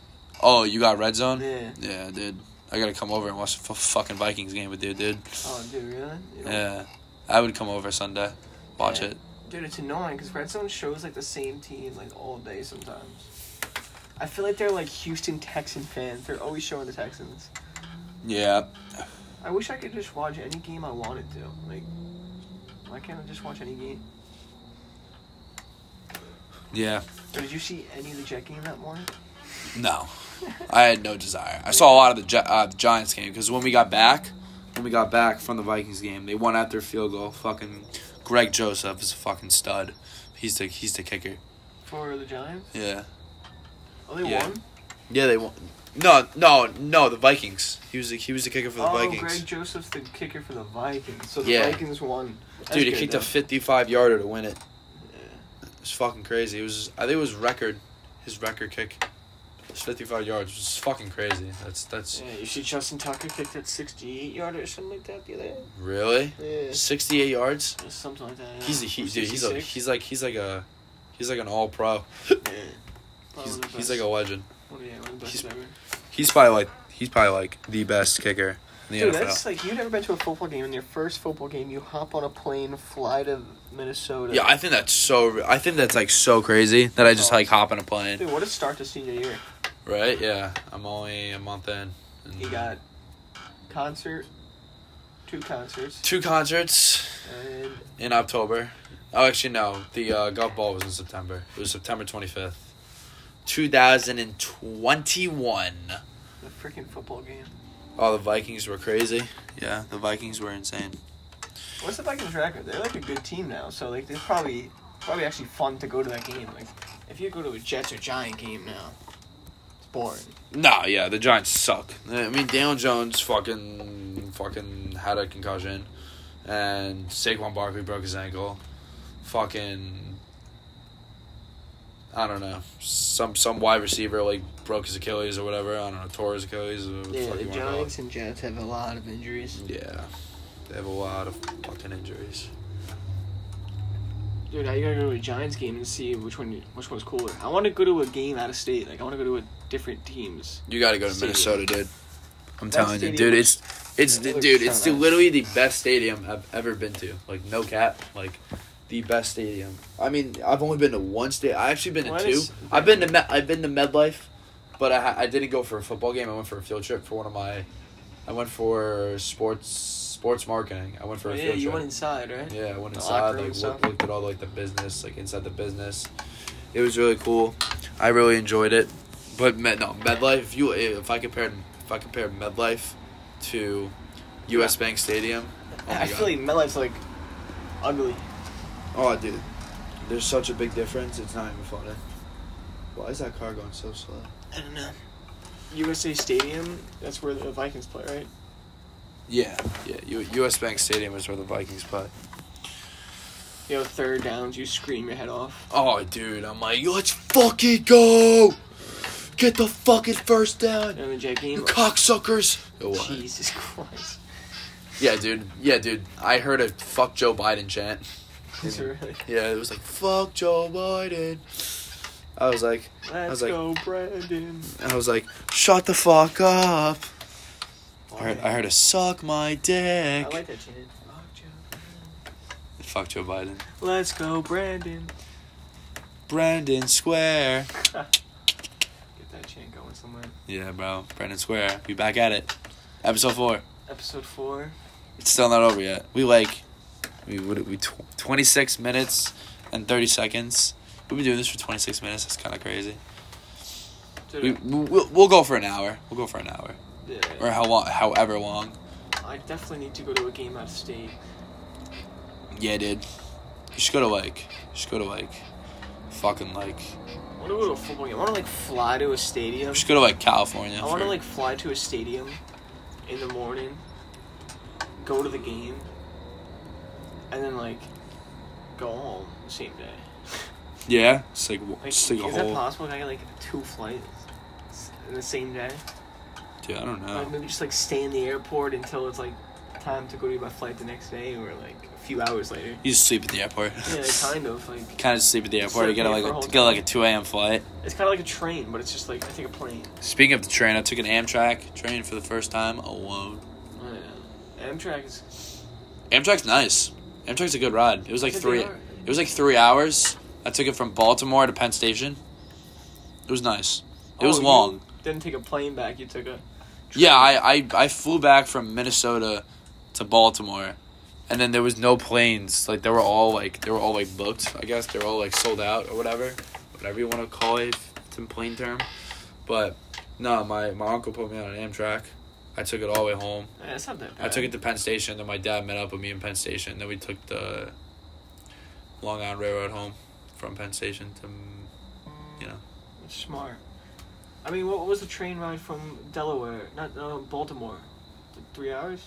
Speaker 3: Oh, you got red zone.
Speaker 2: Zone. Yeah.
Speaker 3: Yeah, dude. I gotta come over and watch the f- fucking Vikings game with you, dude.
Speaker 2: Oh, dude, really? You know-
Speaker 3: Yeah, I would come over Sunday, watch
Speaker 2: Yeah.
Speaker 3: it.
Speaker 2: Dude, it's annoying because Red Zone shows like the same team like all day sometimes. I feel like they're like Houston Texan fans. They're always showing the Texans.
Speaker 3: Yeah,
Speaker 2: I wish I could just watch any game I wanted to. Like, why can't I just watch any game?
Speaker 3: yeah.
Speaker 2: Or did you see any of the Jet game that morning?
Speaker 3: No, I had no desire. I saw a lot of the, Gi- uh, the Giants game because when we got back, when we got back from the Vikings game, they won after a field goal. Fucking Greg Joseph is a fucking stud. He's the he's the kicker.
Speaker 2: For the Giants?
Speaker 3: Yeah.
Speaker 2: Oh, they
Speaker 3: Yeah.
Speaker 2: won?
Speaker 3: Yeah, they won. No, no, no. The Vikings. He was the, he was the kicker for the
Speaker 2: oh,
Speaker 3: Vikings.
Speaker 2: Greg Joseph's the kicker for the Vikings. So the
Speaker 3: Yeah.
Speaker 2: Vikings won. That's
Speaker 3: Dude, he
Speaker 2: good,
Speaker 3: kicked
Speaker 2: though.
Speaker 3: a 55 yarder to win it.
Speaker 2: Yeah.
Speaker 3: It's fucking crazy. It was I think it was record his record kick. His fifty five yards was fucking crazy. That's that's
Speaker 2: Yeah, you see Justin Tucker kicked that 68 yarder or something like that the other day?
Speaker 3: really
Speaker 2: Yeah.
Speaker 3: sixty eight yards?
Speaker 2: Something like that. Yeah.
Speaker 3: He's a he,
Speaker 2: Or
Speaker 3: dude, he's a
Speaker 2: 66.
Speaker 3: he's like he's like a he's like an all pro. He's, he's like a legend. He's- He's probably like he's probably like the best kicker in the
Speaker 2: Dude,
Speaker 3: NFL.
Speaker 2: that's like you've never been to a football game. In your first football game, you hop on a plane, fly to Minnesota.
Speaker 3: yeah, I think that's so. I think that's like so crazy that I just
Speaker 2: Oh.
Speaker 3: like hop on a plane,
Speaker 2: Dude, what a start to senior year.
Speaker 3: right? Yeah, I'm only a month in. and-
Speaker 2: You got concert, two concerts,
Speaker 3: two concerts.
Speaker 2: and
Speaker 3: in October. Oh, actually, no. The uh, golf ball was in September. It was September 25th. 2021.
Speaker 2: the freaking football game.
Speaker 3: Oh, the Vikings were crazy. Yeah, the Vikings were insane.
Speaker 2: What's the Vikings record? They're like a good team now, so like they're probably probably actually fun to go to that game. Like if you go to a Jets or Giant game now, it's boring.
Speaker 3: No, yeah, the Giants suck. I mean, Daniel Jones fucking fucking had a concussion, and Saquon Barkley broke his ankle. Fucking, I don't know. Some some wide receiver like broke his Achilles or whatever. I don't know, tore his Achilles. Or what the
Speaker 2: Yeah,
Speaker 3: fuck
Speaker 2: the
Speaker 3: you wanna call it.
Speaker 2: Giants and Jets have a lot of injuries.
Speaker 3: Yeah, they have a lot of fucking injuries.
Speaker 2: Dude, I gotta go to a Giants game and see which one which one's cooler. I want to go to a game out of state. Like I want to go to a different teams.
Speaker 3: You got to go to
Speaker 2: Stadium.
Speaker 3: Minnesota, dude. I'm
Speaker 2: That
Speaker 3: telling you,
Speaker 2: stadium
Speaker 3: dude.
Speaker 2: looks-
Speaker 3: It's it's
Speaker 2: it
Speaker 3: the,
Speaker 2: looks
Speaker 3: dude.
Speaker 2: so
Speaker 3: It's the,
Speaker 2: nice.
Speaker 3: literally the best stadium I've ever been to. Like no cap. Like the best stadium. I mean, I've only been to one state. I've actually been to
Speaker 2: What
Speaker 3: two.
Speaker 2: is-
Speaker 3: I've been to Med, I've been to MedLife, but I ha- I didn't go for a football game. I went for a field trip for one of my. I went for sports sports marketing. I went for
Speaker 2: Oh,
Speaker 3: a
Speaker 2: yeah,
Speaker 3: field
Speaker 2: you
Speaker 3: trip.
Speaker 2: went inside, right?
Speaker 3: Yeah, I went
Speaker 2: The
Speaker 3: inside,
Speaker 2: locker room
Speaker 3: like
Speaker 2: and stuff.
Speaker 3: looked, looked at all like the business, like inside the business. It was really cool. I really enjoyed it. But med, no, MedLife. If you if I compared if I compared MedLife to U.S. Bank Stadium, oh my
Speaker 2: I feel
Speaker 3: god,
Speaker 2: like MetLife's like ugly.
Speaker 3: oh dude, there's such a big difference. It's not even funny. Why is that car going so slow?
Speaker 2: I don't know. USA Stadium. That's where the Vikings play, right?
Speaker 3: Yeah, yeah. U- U.S. Bank Stadium is where the Vikings play.
Speaker 2: You know, third downs, you scream your head off.
Speaker 3: Oh, dude, I'm like, let's fucking go! Get the fucking first down,
Speaker 2: And then Jack
Speaker 3: you
Speaker 2: Game.
Speaker 3: cocksuckers! Oh, what?
Speaker 2: Jesus Christ.
Speaker 3: Yeah, dude. Yeah, dude. I heard a "fuck Joe Biden" chant.
Speaker 2: Is it really?
Speaker 3: Yeah, it was like "fuck Joe Biden." I was like, I was
Speaker 2: Let's
Speaker 3: like-
Speaker 2: go, Brandon.
Speaker 3: I was like, shut the fuck up. I heard, I
Speaker 2: I
Speaker 3: heard a "suck my dick."
Speaker 2: like that chant. Oh, Joe.
Speaker 3: Fuck Joe Biden.
Speaker 2: Let's go, Brandon.
Speaker 3: Brandon Square.
Speaker 2: Get that chant going somewhere.
Speaker 3: Yeah, bro. Brandon Square. Be back at it. Episode four.
Speaker 2: Episode four.
Speaker 3: It's still not over yet. We like, we would we tw- twenty six minutes and thirty seconds. We've been doing this for twenty six minutes. That's kind of crazy.
Speaker 2: Dude,
Speaker 3: We we'll, we'll go for an hour. We'll go for an hour. or
Speaker 2: yeah,
Speaker 3: how long, however long.
Speaker 2: I definitely need to go to a game out of state.
Speaker 3: Yeah, dude. You should go to like, you should go to like, fucking like,
Speaker 2: I want to go to a football game. I want to like fly to a stadium.
Speaker 3: you should go to like California.
Speaker 2: I want to
Speaker 3: for-
Speaker 2: like fly to a stadium in the morning, go to the game, and then like go home the same day.
Speaker 3: yeah, it's like,
Speaker 2: Like,
Speaker 3: just like a
Speaker 2: is that
Speaker 3: whole.
Speaker 2: possible? Can I get like two flights in the same day?
Speaker 3: Dude, I don't
Speaker 2: Like
Speaker 3: know.
Speaker 2: maybe just like stay in the airport until it's like time to go to my flight the next day, or like a few hours later.
Speaker 3: You just sleep at the airport.
Speaker 2: Yeah, kind of like
Speaker 3: kind of sleep at the airport.
Speaker 2: Sleep
Speaker 3: You get
Speaker 2: there
Speaker 3: like
Speaker 2: for a
Speaker 3: a,
Speaker 2: whole
Speaker 3: to get like a two a.m. flight.
Speaker 2: it's kind of like a train, but it's just like I take a plane.
Speaker 3: Speaking of the train, I took an Amtrak train for the first time alone.
Speaker 2: Yeah. Amtrak is
Speaker 3: Amtrak's nice. Amtrak's a good ride. It was like
Speaker 2: Yeah, they
Speaker 3: three.
Speaker 2: are.
Speaker 3: It was like three hours. I took it from Baltimore to Penn Station. It was nice. It was
Speaker 2: Oh, you
Speaker 3: long.
Speaker 2: Didn't take a plane back. You took a
Speaker 3: Yeah, I, I, I flew back from Minnesota to Baltimore, and then there was no planes. Like they were all like they were all like booked. I guess they were all like sold out or whatever, whatever you want to call it, if it's in plain term. But no, my my uncle put me on an Amtrak. I took it all the way home.
Speaker 2: Yeah, that's eh, not that bad.
Speaker 3: I took it to Penn Station. Then my dad met up with me in Penn Station. Then we took the Long Island Railroad home from Penn Station to
Speaker 2: That's smart. I mean, what was the train ride from Delaware? Not uh, Baltimore. Th- Three hours.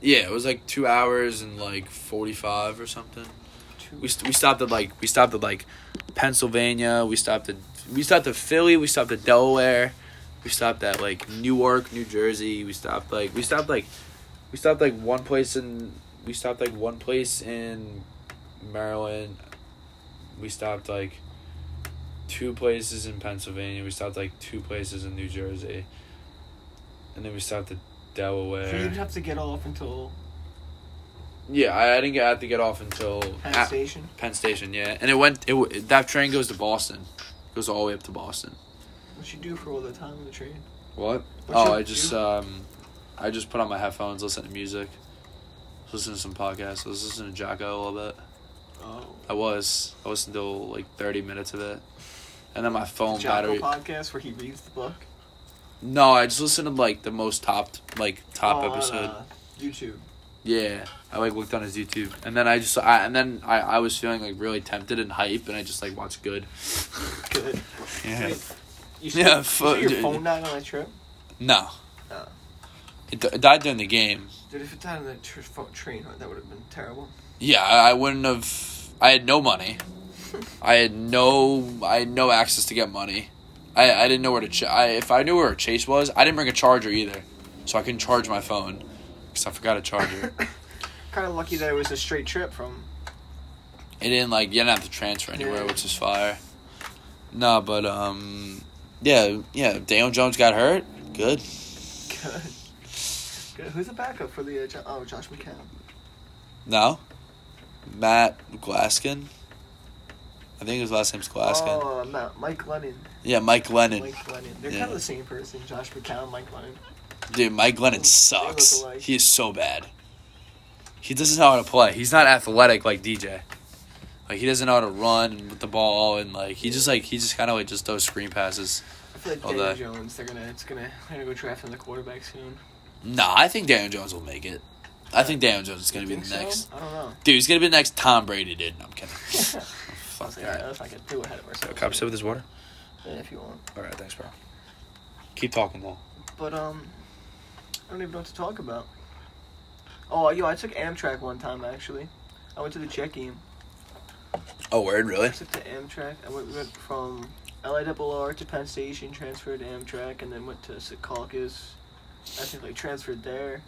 Speaker 3: yeah. It was like two hours and like forty five or something.
Speaker 2: Two.
Speaker 3: we, st- we stopped at like we stopped at like Pennsylvania. We stopped at we stopped at Philly. We stopped at Delaware. We stopped at like Newark, New Jersey. We stopped like we stopped like we stopped like one place in we stopped like one place in Maryland. We stopped like two places in Pennsylvania. We stopped like two places in New Jersey, and then we stopped at
Speaker 2: so you didn't
Speaker 3: Delaware.
Speaker 2: have to get off until
Speaker 3: Yeah, I, I didn't get I had to get off until
Speaker 2: Penn
Speaker 3: a-
Speaker 2: Station.
Speaker 3: Penn Station, yeah. And it went. It w- that train goes to Boston. Goes all the way up to Boston.
Speaker 2: What you do for all the time on the train?
Speaker 3: What?
Speaker 2: What
Speaker 3: Oh,
Speaker 2: you
Speaker 3: I just
Speaker 2: do?
Speaker 3: um, I just put on my headphones, listen to music, listen to some podcasts. I was listening to Jocko a little bit.
Speaker 2: Oh.
Speaker 3: I was. I listened to like thirty minutes of it, and then my phone battery.
Speaker 2: Jocko podcast where he reads the book.
Speaker 3: no, I just listened to like the most top like top
Speaker 2: on,
Speaker 3: episode.
Speaker 2: uh, YouTube.
Speaker 3: Yeah, I like looked on his YouTube, and then I just I, and then I I was feeling like really tempted and hype, and I just like watched good.
Speaker 2: Good.
Speaker 3: Yeah.
Speaker 2: Wait, you
Speaker 3: Yeah,
Speaker 2: yeah.
Speaker 3: fu-
Speaker 2: your
Speaker 3: dude.
Speaker 2: phone died on that trip.
Speaker 3: No.
Speaker 2: Oh.
Speaker 3: It, d- it died during the game.
Speaker 2: Dude, if it died on the tr- fo- train, that would have been terrible.
Speaker 3: Yeah, I I wouldn't have. I had no money. I had no. I had no access to get money. I, I didn't know where to. Ch- I if I knew where a Chase was, I didn't bring a charger either, so I couldn't charge my phone because I forgot a charger.
Speaker 2: Kind of lucky that it was a straight trip from
Speaker 3: it didn't like you didn't have to transfer anywhere,
Speaker 2: Yeah.
Speaker 3: which is fire. No, but um, yeah, yeah. Daniel Jones got hurt. Good.
Speaker 2: Good. Good. Who's the backup for the uh, jo- oh Josh McCown?
Speaker 3: No, Matt Glaskin. I think his last name's Glaskin.
Speaker 2: Oh, uh, Ma- Mike Lennon.
Speaker 3: yeah, Mike Lennon.
Speaker 2: Mike Lennon. They're
Speaker 3: Yeah.
Speaker 2: kind of the same person. Josh McCown, Mike Lennon.
Speaker 3: Dude, Mike Lennon
Speaker 2: They
Speaker 3: sucks.
Speaker 2: look alike.
Speaker 3: He is so bad. He doesn't know how to play. He's not athletic like DJ. Like he doesn't know how to run with the ball and like he just like he just kind of like just throws screen passes.
Speaker 2: I feel like
Speaker 3: Oh,
Speaker 2: Daniel
Speaker 3: that.
Speaker 2: Jones. They're gonna. It's gonna. They're gonna go draft another quarterback soon.
Speaker 3: Nah, I think Daniel Jones will make it. I think Daniel Jones is gonna
Speaker 2: You
Speaker 3: be
Speaker 2: think
Speaker 3: the
Speaker 2: so?
Speaker 3: next.
Speaker 2: I don't know.
Speaker 3: Dude, he's gonna be the next Tom Brady, dude. No, I'm kidding.
Speaker 2: I
Speaker 3: Fuck
Speaker 2: was like, all right,
Speaker 3: that.
Speaker 2: let's not get too ahead of ourselves.
Speaker 3: Cup sip with his water.
Speaker 2: Yeah, if you want.
Speaker 3: All right, thanks, bro. Keep talking though.
Speaker 2: But um, I don't even know what to talk about. Oh, yo, I took Amtrak one time actually. I went to the check game.
Speaker 3: Oh, word, really?
Speaker 2: I took the Amtrak. I went, went from LIRR to Penn Station, transferred to Amtrak, and then went to Secaucus. I think like transferred there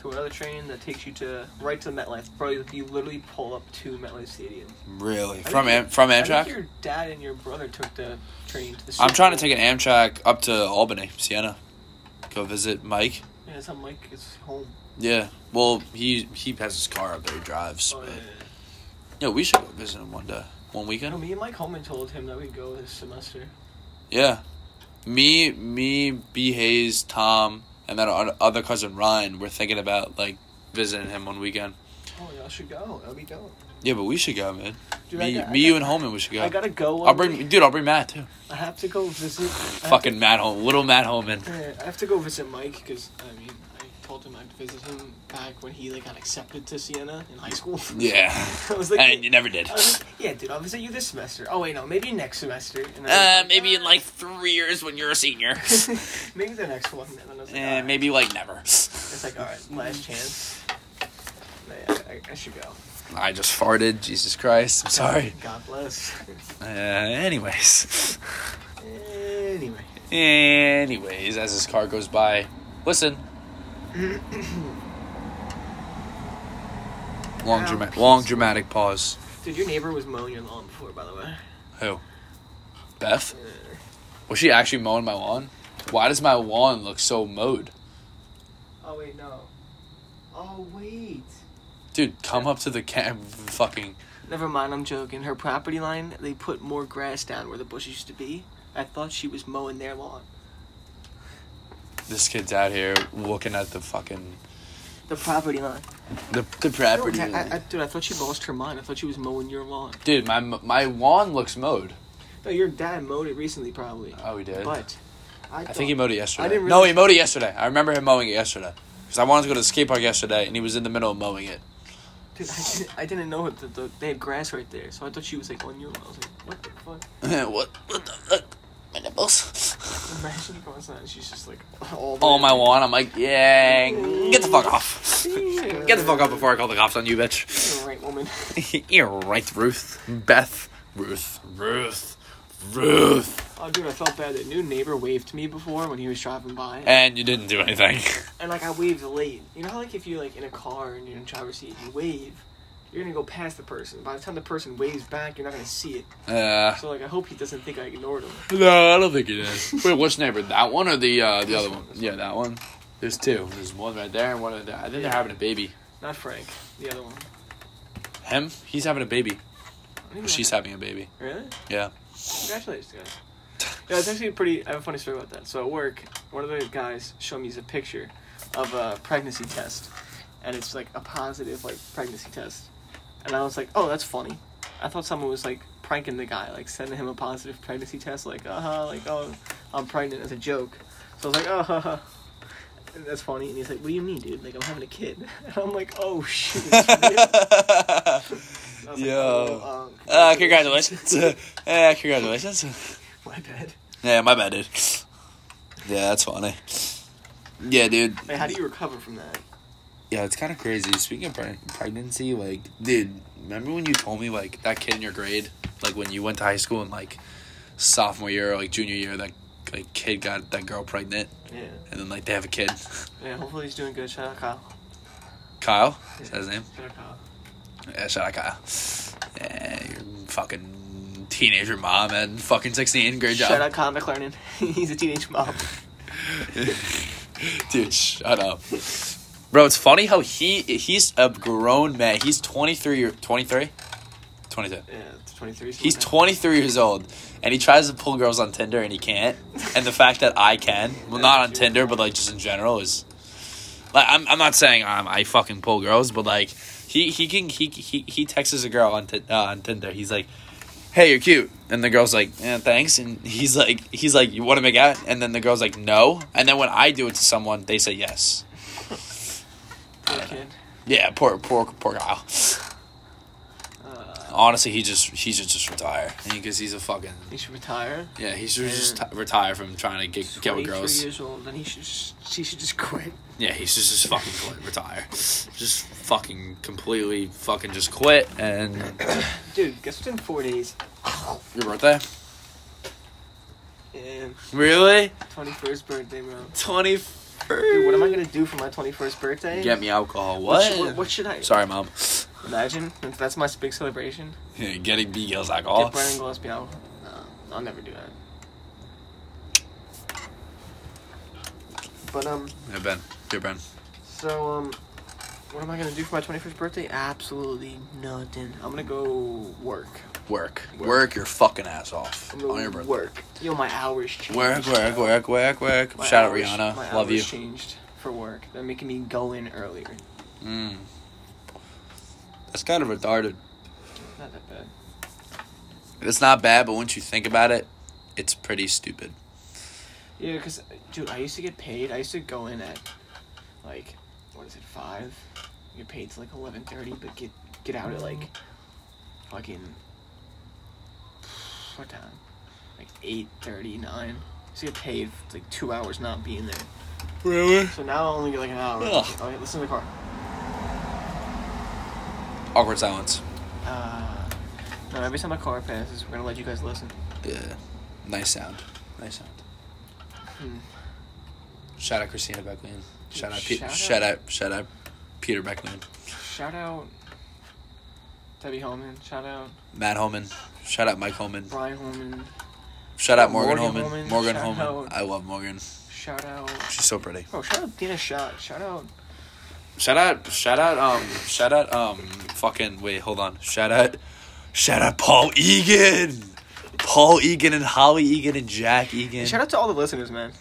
Speaker 2: to another train that takes you to right to MetLife. Bro, you, you literally pull up to MetLife Stadium.
Speaker 3: Really?
Speaker 2: I
Speaker 3: From
Speaker 2: think-
Speaker 3: Am- from
Speaker 2: I think
Speaker 3: Amtrak?
Speaker 2: your dad and your brother took the train to the.
Speaker 3: I'm
Speaker 2: Super
Speaker 3: trying to
Speaker 2: Bowl.
Speaker 3: take an Amtrak up to Albany, Siena. Go visit Mike.
Speaker 2: Yeah, it's on Mike. It's home.
Speaker 3: Yeah. Well, he he has his car up there. He drives.
Speaker 2: Oh,
Speaker 3: but,
Speaker 2: yeah,
Speaker 3: yeah.
Speaker 2: yeah,
Speaker 3: we should go visit him one day, one
Speaker 2: yeah. No,
Speaker 3: weekend.
Speaker 2: me and Mike Holman told him that we'd go this semester.
Speaker 3: Yeah. Me, me, B Hayes, Tom, and then our other cousin Ryan. We're thinking about like visiting him one weekend.
Speaker 2: Oh, y'all should go. That'll be dope.
Speaker 3: Yeah, but we should go, man.
Speaker 2: Dude, I
Speaker 3: me,
Speaker 2: got- I
Speaker 3: me, you,
Speaker 2: got-
Speaker 3: and Holman. We should go.
Speaker 2: I gotta go. one
Speaker 3: I'll bring,
Speaker 2: day.
Speaker 3: dude. I'll bring Matt too.
Speaker 2: I have to go visit. I have
Speaker 3: Fucking Matt Holman, little Matt Holman.
Speaker 2: to- yeah, Uh, I have to go visit Mike because I mean I told him I'd visit him back when he like got accepted to Siena in high school.
Speaker 3: Yeah.
Speaker 2: I was like,
Speaker 3: And you never did.
Speaker 2: I was like, yeah, dude, I'll visit you this semester. Oh wait, no, maybe next semester. And I
Speaker 3: Uh,
Speaker 2: was
Speaker 3: maybe in
Speaker 2: "Ah."
Speaker 3: like three years when you're a senior.
Speaker 2: maybe the next one. And then I was like, all
Speaker 3: Eh,
Speaker 2: right.
Speaker 3: maybe like never.
Speaker 2: It's like all right, last chance. Yeah, I, I should go.
Speaker 3: I just farted. Jesus Christ. I'm sorry.
Speaker 2: God bless.
Speaker 3: Uh, anyways.
Speaker 2: anyway.
Speaker 3: Anyways, as his car goes by, listen. long, drama- long dramatic pause.
Speaker 2: Dude, your neighbor was mowing your lawn before, by the way.
Speaker 3: Who? Beth? Was she actually mowing my lawn? Why does my lawn look so mowed?
Speaker 2: Oh wait, no. Oh wait.
Speaker 3: Dude, come up to the cam. Fucking.
Speaker 2: Never mind, I'm joking. Her property line, they put more grass down where the bush used to be. I thought she was mowing their lawn.
Speaker 3: This kid's out here looking at the fucking.
Speaker 2: The property line.
Speaker 3: The, the property.
Speaker 2: Dude, I, I, dude, I thought she lost her mind. I thought she was mowing your lawn.
Speaker 3: Dude, my, my lawn looks mowed.
Speaker 2: No, your dad mowed it recently, probably.
Speaker 3: Oh, he did?
Speaker 2: But I,
Speaker 3: I
Speaker 2: thought-
Speaker 3: think he mowed it yesterday.
Speaker 2: I didn't
Speaker 3: No,
Speaker 2: really-
Speaker 3: he mowed it yesterday. I remember him mowing it yesterday. Because I wanted to go to the skate park yesterday, and he was in the middle of mowing it.
Speaker 2: Dude, I didn't, I didn't know that the, they had grass right there, so I thought she was like on your lawn. I was like, what the fuck?
Speaker 3: what? What the fuck? My nipples.
Speaker 2: Imagine if I was not. She's just like all.
Speaker 3: Oh, my
Speaker 2: lawn.
Speaker 3: lawn. I'm like, yeah, get the fuck off. Get the fuck off before I call the cops on you, bitch.
Speaker 2: Right, woman.
Speaker 3: You're right, Ruth. Beth. Ruth. Ruth. Ruth.
Speaker 2: Oh, dude, I felt bad. That new neighbor waved to me before when he was driving by,
Speaker 3: And you didn't do anything.
Speaker 2: and like I waved late. You know how like if you're like in a car and you're in the driver's seat, you wave. You're gonna go past the person. By the time the person waves back, you're not gonna see it.
Speaker 3: Uh,
Speaker 2: So like, I hope he doesn't think I ignored him.
Speaker 3: no, I don't think it is. Wait, which neighbor? That one or the uh, the other one? Yeah, that one. There's two. There's one right there and one right there. I think they're having a baby.
Speaker 2: Not Frank, the other one.
Speaker 3: Him? He's having a baby.
Speaker 2: I don't even
Speaker 3: She's having a baby.
Speaker 2: know- really.
Speaker 3: Yeah.
Speaker 2: Congratulations, guys. Yeah, it's actually pretty. I have a funny story about that. So at work, one of the guys showed me a picture of a pregnancy test, and it's like a positive like pregnancy test, and I was like, oh, that's funny. I thought someone was like pranking the guy, like sending him a positive pregnancy test, like uh huh, like oh, I'm pregnant as a joke. So I was like, oh, ha, ha. And that's funny. And he's like, what do you mean, dude? Like I'm having a kid. And I'm like, oh shoot. I was like,
Speaker 3: Yo.
Speaker 2: oh, um,
Speaker 3: Uh, congratulations. uh, congratulations.
Speaker 2: My bad.
Speaker 3: Yeah, my bad, dude. Yeah, that's funny. Yeah, dude.
Speaker 2: Like, how do you recover from that?
Speaker 3: Yeah, it's kind of crazy. Speaking of preg- pregnancy, like, dude, remember when you told me like that kid in your grade, like when you went to high school and like sophomore year or like junior year, that like kid got that girl pregnant,
Speaker 2: Yeah.
Speaker 3: and then like they have a kid.
Speaker 2: Yeah, hopefully he's doing good. Shout out Kyle.
Speaker 3: Kyle, is that his name?
Speaker 2: Shout out Kyle.
Speaker 3: Yeah, shut up, Kyle. Yeah, your uh, eh, fucking teenager mom at fucking 16. Great job.
Speaker 2: Shout out Comic Learning. He's a teenage mom.
Speaker 3: Dude, shut up. Bro, it's funny how he he's a grown man. He's 23 or 23? 22.
Speaker 2: Yeah, it's 23.
Speaker 3: He's 23 years old and he tries to pull girls on Tinder and he can't. And the fact that I can, well not on Tinder but like just in general is like I'm I'm not saying I'm, I fucking pull girls, but like he he can he he he texts a girl on t- uh, on Tinder. He's like hey, you're cute. And the girl's like, eh, thanks. And he's like, he's like, you want to make out? And then the girl's like, no. And then when I do it to someone, they say yes.
Speaker 2: Poor kid.
Speaker 3: Yeah, poor, poor, poor guy.
Speaker 2: Uh,
Speaker 3: Honestly, he just, he should just retire. Because he's a fucking,
Speaker 2: he should retire.
Speaker 3: yeah, he should just t- retire from trying to get, get with
Speaker 2: 23
Speaker 3: girls.
Speaker 2: years old, and he should. Just, she should just quit.
Speaker 3: Yeah, he should just fucking quit, retire. Just fucking completely fucking just quit. And
Speaker 2: Dude, guess what's in four days?
Speaker 3: your birthday?
Speaker 2: And
Speaker 3: Really?
Speaker 2: 21st birthday, bro.
Speaker 3: 21st.
Speaker 2: Dude, what am I gonna do for my 21st birthday?
Speaker 3: Get me alcohol.
Speaker 2: What?
Speaker 3: What?
Speaker 2: should- what, what should I
Speaker 3: Sorry, mom.
Speaker 2: imagine? If that's my big celebration.
Speaker 3: Yeah, getting B girls
Speaker 2: Get
Speaker 3: alcohol.
Speaker 2: Brendan Gillespie out. No, I'll never do that. But um,
Speaker 3: Yeah, Ben. Dear Ben.
Speaker 2: so um, what am I gonna do for my 21st birthday? Absolutely nothing. I'm gonna go work.
Speaker 3: Work. Work your fucking ass off
Speaker 2: I'm
Speaker 3: on
Speaker 2: gonna
Speaker 3: your birthday.
Speaker 2: work. Yo, my hours changed.
Speaker 3: Work, work, work, work, work.
Speaker 2: My
Speaker 3: Shout out
Speaker 2: hours-
Speaker 3: Rihanna.
Speaker 2: My
Speaker 3: Love you.
Speaker 2: hours changed for work. They're making me go in earlier.
Speaker 3: Mm. That's kind of retarded.
Speaker 2: Not that bad.
Speaker 3: It's not bad, but once you think about it, it's pretty stupid.
Speaker 2: Yeah, because, dude, I used to get paid. I used to go in at, like, what is it, 5? You're paid to, like, 11.30, but get get out at, like, fucking, what time? Like, 8.30, 9. So you get paid, for, like, two hours not being there.
Speaker 3: Really?
Speaker 2: So now I only get, like, an hour.
Speaker 3: Ugh.
Speaker 2: Okay, listen to the car.
Speaker 3: Awkward silence.
Speaker 2: Uh, no, every time a car passes, we're going to let you guys listen.
Speaker 3: Yeah. Nice sound. Nice sound.
Speaker 2: Hmm.
Speaker 3: Shout out Christina Becklin. Shout out, Pe-
Speaker 2: shout out-
Speaker 3: shout out, shout out Peter Becklin.
Speaker 2: Shout out Debbie Holman. Shout out
Speaker 3: Matt Holman. Shout out Mike Holman.
Speaker 2: Brian Holman.
Speaker 3: Shout out Morgan,
Speaker 2: Morgan
Speaker 3: Holman.
Speaker 2: Holman.
Speaker 3: Morgan
Speaker 2: Shout
Speaker 3: Holman.
Speaker 2: out-
Speaker 3: I love Morgan.
Speaker 2: Shout out.
Speaker 3: She's so pretty.
Speaker 2: Oh, shout out Dina Shot. Shout out.
Speaker 3: Shout out, shout out, um, shout out, um, fucking, wait, hold on. Shout out, shout out Paul Egan! Paul Egan and Holly Egan and Jack Egan.
Speaker 2: Shout out to all the listeners, man.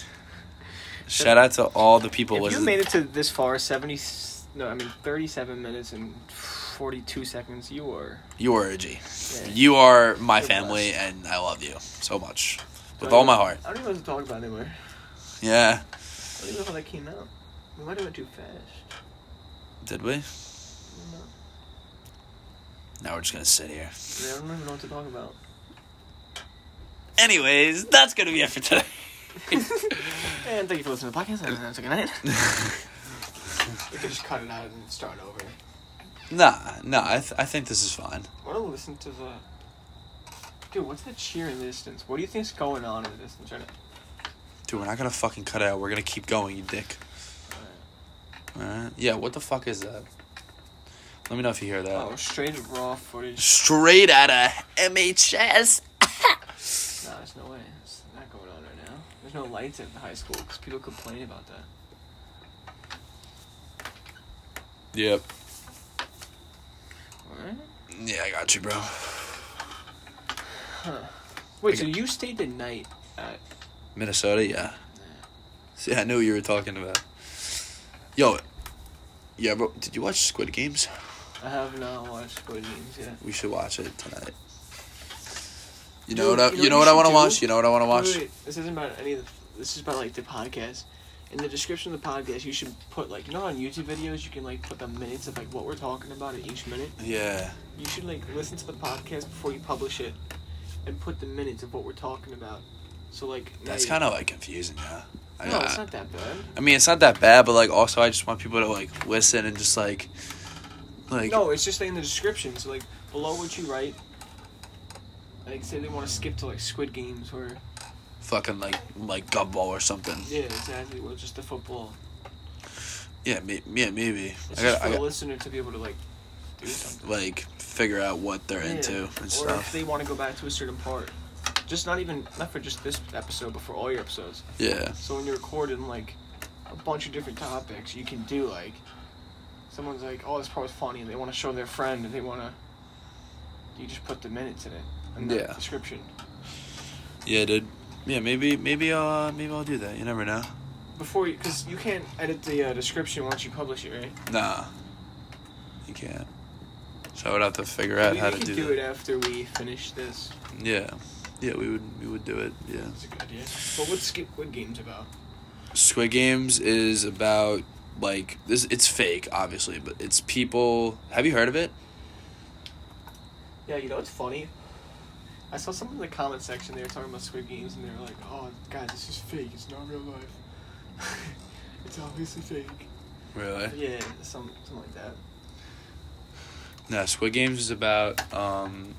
Speaker 3: Shout out to all the people
Speaker 2: if you
Speaker 3: listening.
Speaker 2: made it to this far, seventy. s- No, I mean thirty-seven minutes and forty-two seconds. You were.
Speaker 3: you are a G.
Speaker 2: Yeah.
Speaker 3: You are my
Speaker 2: You're
Speaker 3: family and I love you so much. With all my heart.
Speaker 2: I don't even know what to talk about anymore.
Speaker 3: Yeah.
Speaker 2: I don't even know how that came out. We might have went too fast.
Speaker 3: Did we?
Speaker 2: I don't know.
Speaker 3: Now we're just gonna sit here.
Speaker 2: I don't even know what to talk about.
Speaker 3: Anyways, that's gonna be it for today.
Speaker 2: And thank you for listening to the podcast. And that's a good night. we could just cut it out and start over.
Speaker 3: Nah, nah, I, th- I think this is fine.
Speaker 2: want to listen to the. Dude, what's the cheer in the distance? What do you think's going on in the distance right now?
Speaker 3: Dude, we're not gonna fucking cut it out. We're gonna keep going, you dick. Alright. Yeah, what the fuck is that? Let me know if you hear that.
Speaker 2: Oh, straight raw footage.
Speaker 3: Straight out of MHS.
Speaker 2: Nah, there's no way. It's not going on right now. There's no lights at the high school because people complain about that.
Speaker 3: Yep.
Speaker 2: Alright.
Speaker 3: Yeah, I got you, bro.
Speaker 2: Wait, so you stayed the night at.
Speaker 3: Minnesota, yeah. See, I knew what you were talking about. Yo, yeah, bro. Did you watch Squid Games?
Speaker 2: I have not watched Squid Games yet.
Speaker 3: We should watch it tonight. You
Speaker 2: Dude,
Speaker 3: know what? I,
Speaker 2: you
Speaker 3: you
Speaker 2: know
Speaker 3: know
Speaker 2: what
Speaker 3: what I want to
Speaker 2: we should
Speaker 3: watch.
Speaker 2: do?
Speaker 3: You know what I want to
Speaker 2: Wait,
Speaker 3: watch.
Speaker 2: wait, this isn't about any of the. This is about, like, the podcast. In the description of the podcast, you should put, like, you know, how on YouTube videos, you can, like, put the minutes of, like, what we're talking about at each minute?
Speaker 3: Yeah.
Speaker 2: You should like listen to the podcast before you publish it, and put the minutes of what we're talking about. So like now
Speaker 3: That's uh,
Speaker 2: you-
Speaker 3: kind of like confusing, yeah. I,
Speaker 2: no, it's
Speaker 3: I,
Speaker 2: not that bad.
Speaker 3: I mean, it's not that bad, but like, also, I just want people to like listen and just like, like,
Speaker 2: no, it's just like in the description. So like below what you write, like say they want to skip to like Squid Games or
Speaker 3: fucking like, like Gumball or something.
Speaker 2: yeah, exactly. Well, just the football.
Speaker 3: Yeah, may, yeah, maybe.
Speaker 2: It's
Speaker 3: I
Speaker 2: just
Speaker 3: got,
Speaker 2: for
Speaker 3: I
Speaker 2: the
Speaker 3: got,
Speaker 2: listener to be able to like do something.
Speaker 3: like figure out what they're
Speaker 2: Yeah.
Speaker 3: into
Speaker 2: or
Speaker 3: and
Speaker 2: if
Speaker 3: stuff.
Speaker 2: they want to go back to a certain part. Just not even not for just this episode, but for all your episodes.
Speaker 3: Yeah,
Speaker 2: So when you're recording like a bunch of different topics, you can do like someone's like, "Oh, this part was funny," and they want to show their friend, and they want to. You just put the minutes in it and the
Speaker 3: Yeah.
Speaker 2: description.
Speaker 3: yeah, dude. Yeah, maybe maybe I'll uh, maybe I'll do that. You never know.
Speaker 2: Before you, because you can't edit the uh, description once you publish it, right?
Speaker 3: Nah, you can't. So I would have to figure out
Speaker 2: we,
Speaker 3: how
Speaker 2: we
Speaker 3: to
Speaker 2: can
Speaker 3: do,
Speaker 2: do
Speaker 3: that.
Speaker 2: it after we finish this.
Speaker 3: Yeah, yeah, we would we would do it. Yeah.
Speaker 2: That's a good idea. But what's Skip Wood Games about?
Speaker 3: Squid Games is about like this. It's fake, obviously, but it's people. Have you heard of it?
Speaker 2: Yeah, you know what's funny? I saw something in the comment section. They were talking about Squid Games, and they were like, "Oh, guys, this is fake. It's not real life. it's obviously fake."
Speaker 3: Really?
Speaker 2: Yeah, some something like that.
Speaker 3: No, Squid Games is about um.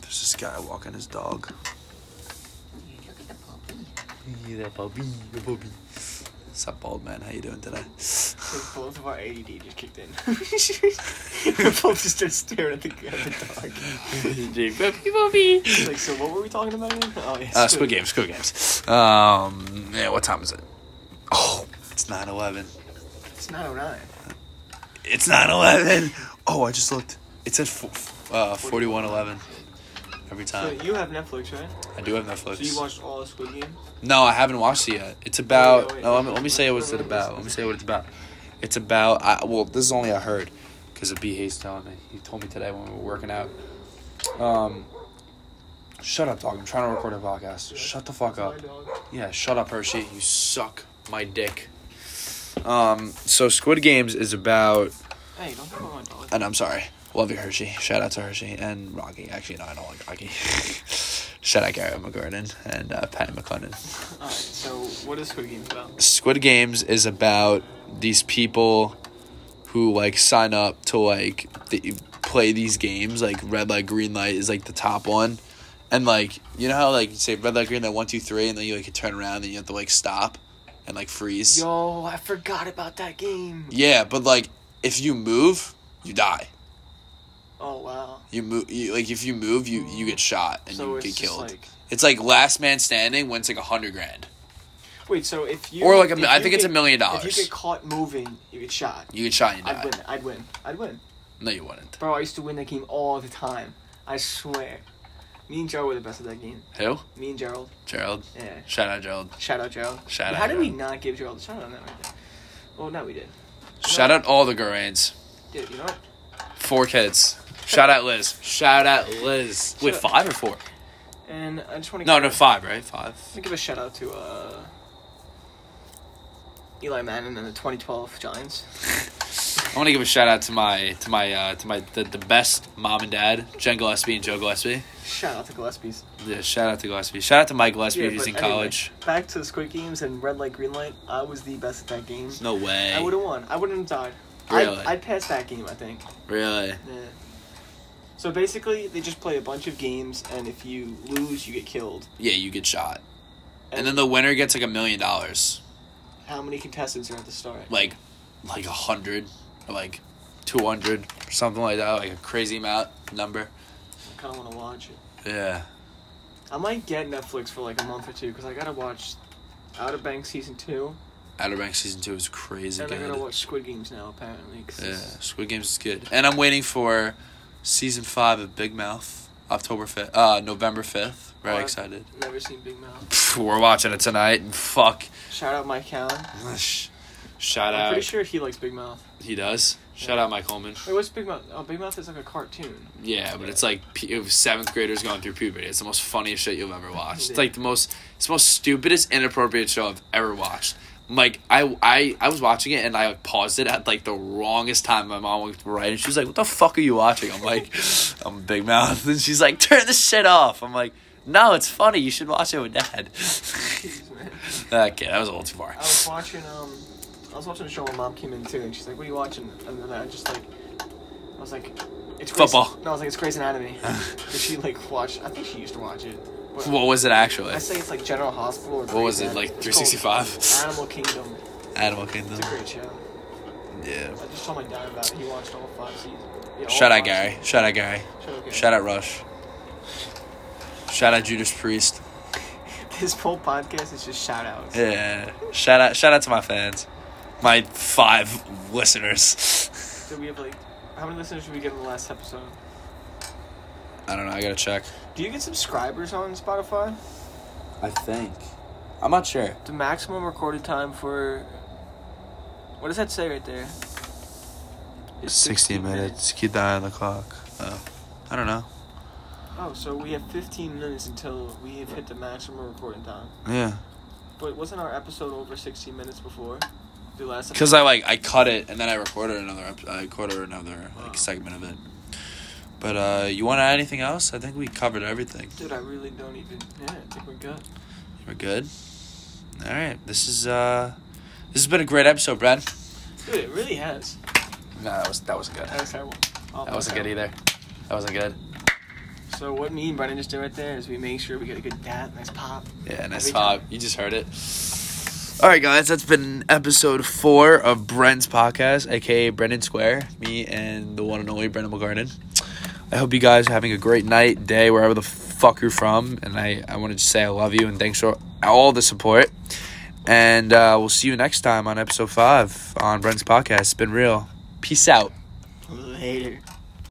Speaker 3: There's this guy walking his dog.
Speaker 4: Look at the puppy.
Speaker 3: What's up, bald man? How you doing today?
Speaker 2: I think both of our ADD just kicked in. we both just started staring at the, at the dog. It's like, so what were we talking about again? Oh yeah,
Speaker 3: Uh, Squid Games, Squid Games. Um, yeah, what time is it? Oh, it's 9-11.
Speaker 2: It's 909.
Speaker 3: It's 9-11. Oh, I just looked. It said fo- uh, 41-11 every
Speaker 2: So
Speaker 3: time.
Speaker 2: you have Netflix, right?
Speaker 3: I do have Netflix.
Speaker 2: So you watched all the Squid Games?
Speaker 3: No, I haven't watched it yet. It's about.
Speaker 2: Wait, wait,
Speaker 3: no,
Speaker 2: wait.
Speaker 3: let me, let me say what's it about. Let me say what it's about. It's about. I, well, this is only I heard because of B Hayes telling me. He told me today when we were working out. Um, shut up, dog. I'm trying to record a podcast. Shut the fuck up. Yeah, shut up, Hershey. You suck my dick. Um, so Squid Games is about
Speaker 2: Hey, don't talk about my dog.
Speaker 3: and I'm sorry. Love you, Hershey. Shout out to Hershey and Rocky. Actually, no, I don't like Rocky. Shout out Gary McGordon and uh, Patty McClendon.
Speaker 2: Alright, so what is Squid Games about?
Speaker 3: Squid Games is about these people who like sign up to like th- play these games. Like red light, green light is like the top one, and like you know how like you say red light, green light, one, two, three, and then you like turn around and you have to like stop and like freeze.
Speaker 2: Yo, I forgot about that game.
Speaker 3: Yeah, but like if you move, you die.
Speaker 2: Oh wow.
Speaker 3: You move, you, like if you move, you you get shot and
Speaker 2: So
Speaker 3: you
Speaker 2: it's
Speaker 3: get
Speaker 2: just
Speaker 3: killed.
Speaker 2: like
Speaker 3: it's like last man standing wins like a hundred grand.
Speaker 2: wait. So if you
Speaker 3: Or like a
Speaker 2: if
Speaker 3: mi- I
Speaker 2: you
Speaker 3: think it's
Speaker 2: get-
Speaker 3: a million
Speaker 2: If
Speaker 3: dollars.
Speaker 2: you get caught moving, you get shot.
Speaker 3: You get shot and you
Speaker 2: I'd
Speaker 3: die.
Speaker 2: win. I'd win. I'd win.
Speaker 3: No, you wouldn't.
Speaker 2: Bro, I used to win that game all the time. I swear. Me and Gerald were the best at that game.
Speaker 3: Who?
Speaker 2: Me and Gerald.
Speaker 3: Gerald.
Speaker 2: Yeah.
Speaker 3: Shout out Gerald.
Speaker 2: Shout out Gerald.
Speaker 3: Shout
Speaker 2: How
Speaker 3: out,
Speaker 2: How did we
Speaker 3: Gerald.
Speaker 2: not give Gerald a shout out on that right there? Well, no, we did.
Speaker 3: Shout out all the Gorans.
Speaker 2: Dude, you know what?
Speaker 3: Four kids. Shout out Liz. Shout out Liz. Wait,
Speaker 2: Shout out-
Speaker 3: five or four?
Speaker 2: And I just want to
Speaker 3: No, no, five, right? Five.
Speaker 2: give a shout out to uh, Eli Manning and the 2012 Giants.
Speaker 3: I want to give a shout out to my to my uh, to my the, the best mom and dad, Jen Gillespie and Joe Gillespie.
Speaker 2: Shout out to Gillespie's.
Speaker 3: Yeah, shout out to Gillespie. Shout out to Mike Gillespie
Speaker 2: Yeah,
Speaker 3: who's
Speaker 2: but
Speaker 3: in
Speaker 2: anyway,
Speaker 3: college.
Speaker 2: back to Squid Games and Red Light, Green Light. I was the best at that game.
Speaker 3: No way.
Speaker 2: I would have won. I wouldn't have died.
Speaker 3: Really?
Speaker 2: I, I passed that game, I think.
Speaker 3: Really?
Speaker 2: Yeah. So basically, they just play a bunch of games, and if you lose, you get killed.
Speaker 3: Yeah, you get shot. And then the winner gets like a million dollars.
Speaker 2: how many contestants are at the start?
Speaker 3: Like like a hundred or like two hundred or something like that, like a crazy amount number.
Speaker 2: I kind of want to watch it.
Speaker 3: Yeah.
Speaker 2: I might get Netflix for like a month or two because I gotta watch Out of Banks season two,
Speaker 3: Outer Banks season two is crazy
Speaker 2: and
Speaker 3: good.
Speaker 2: I gotta watch Squid Games now apparently. 'cause
Speaker 3: Yeah,
Speaker 2: it's-
Speaker 3: Squid Games is good. And I'm waiting for season five of Big Mouth, October fifth, uh, November fifth. Very
Speaker 2: Why?
Speaker 3: excited.
Speaker 2: Never seen Big Mouth.
Speaker 3: Pff, We're watching it tonight. and Fuck.
Speaker 2: Shout out Mike Allen.
Speaker 3: Sh- Shout
Speaker 2: I'm
Speaker 3: out.
Speaker 2: pretty sure he likes Big Mouth.
Speaker 3: He does. Shout out Mike Holman.
Speaker 2: Wait, what's Big Mouth? Oh, Big Mouth is like a cartoon.
Speaker 3: Yeah, but it's like pu- it was seventh graders going through puberty. It's the most funniest shit you've ever watched. It's
Speaker 2: Yeah.
Speaker 3: like the most, it's the most stupidest, inappropriate show I've ever watched. Like I, I, I was watching it and I like, paused it at like the wrongest time. My mom looked right and she was like, "What the fuck are you watching?" I'm like, "I'm Big Mouth," and she's like, "Turn this shit off." I'm like, "No, it's funny. You should watch it with Dad."
Speaker 2: Jeez, man.
Speaker 3: that kid, that was a little too far.
Speaker 2: I was watching um, I was watching a show. My mom came in too, and she's like, "What are you watching?" And then I just like, I was like, "It's Grey's-
Speaker 3: Football.
Speaker 2: No, I was like, "It's Grey's Anatomy." But she like watched. I think she used to watch it. But-
Speaker 3: What was it actually?
Speaker 2: I say it's like General Hospital. Or
Speaker 3: What was
Speaker 2: Grey's
Speaker 3: it, like
Speaker 2: Anatomy. It's called
Speaker 3: 365?
Speaker 2: Animal Kingdom.
Speaker 3: Animal Kingdom.
Speaker 2: It's a great show.
Speaker 3: Yeah.
Speaker 2: I just told my dad about it. He watched all five seasons. Yeah, all
Speaker 3: Shout out
Speaker 2: five
Speaker 3: Gary.
Speaker 2: seasons.
Speaker 3: Shout out Gary.
Speaker 2: Shout out Gary.
Speaker 3: Shout out Rush. Shout out Judas Priest.
Speaker 2: This whole podcast is just shout outs.
Speaker 3: Yeah. Shout out shout out to my fans. My five listeners.
Speaker 2: So we have like, how many listeners did we get in the last episode?
Speaker 3: I don't know, I gotta check.
Speaker 2: Do you get subscribers on Spotify?
Speaker 3: I think. I'm not sure.
Speaker 2: The maximum recorded time for. What does that say right there? It's
Speaker 3: 60 minutes. Keep the eye on the clock. Oh. I don't know.
Speaker 2: Oh, so we have 15 minutes until we have hit the maximum recording time.
Speaker 3: Yeah.
Speaker 2: But wasn't our episode over 60 minutes before? The last
Speaker 3: Because I like I cut it and then I recorded another ep- I recorded another
Speaker 2: Wow.
Speaker 3: like segment of it. But uh, you want to add anything else? I think we covered everything.
Speaker 2: Dude, I really don't even. Yeah, I think we're good.
Speaker 3: We're good. All right. This is uh, this has been a great episode, Brad.
Speaker 2: Dude, it really has.
Speaker 3: No, that was that was good.
Speaker 2: That was terrible. Oh,
Speaker 3: That wasn't good either. That wasn't good.
Speaker 2: So what me and Brennan just did right there is we make sure we get a good dad, nice pop.
Speaker 3: Yeah, nice
Speaker 2: Every
Speaker 3: pop. You just heard it. All right, guys, that's been episode four of Brent's podcast, aka Brendan Square, me and the one and only Brendan McGarden. I hope you guys are having a great night, day, wherever the fuck you're from. And I, I want to just say I love you and thanks for all the support. And uh, we'll see you next time on episode five on Brent's podcast. It's been real. Peace out.
Speaker 2: Later.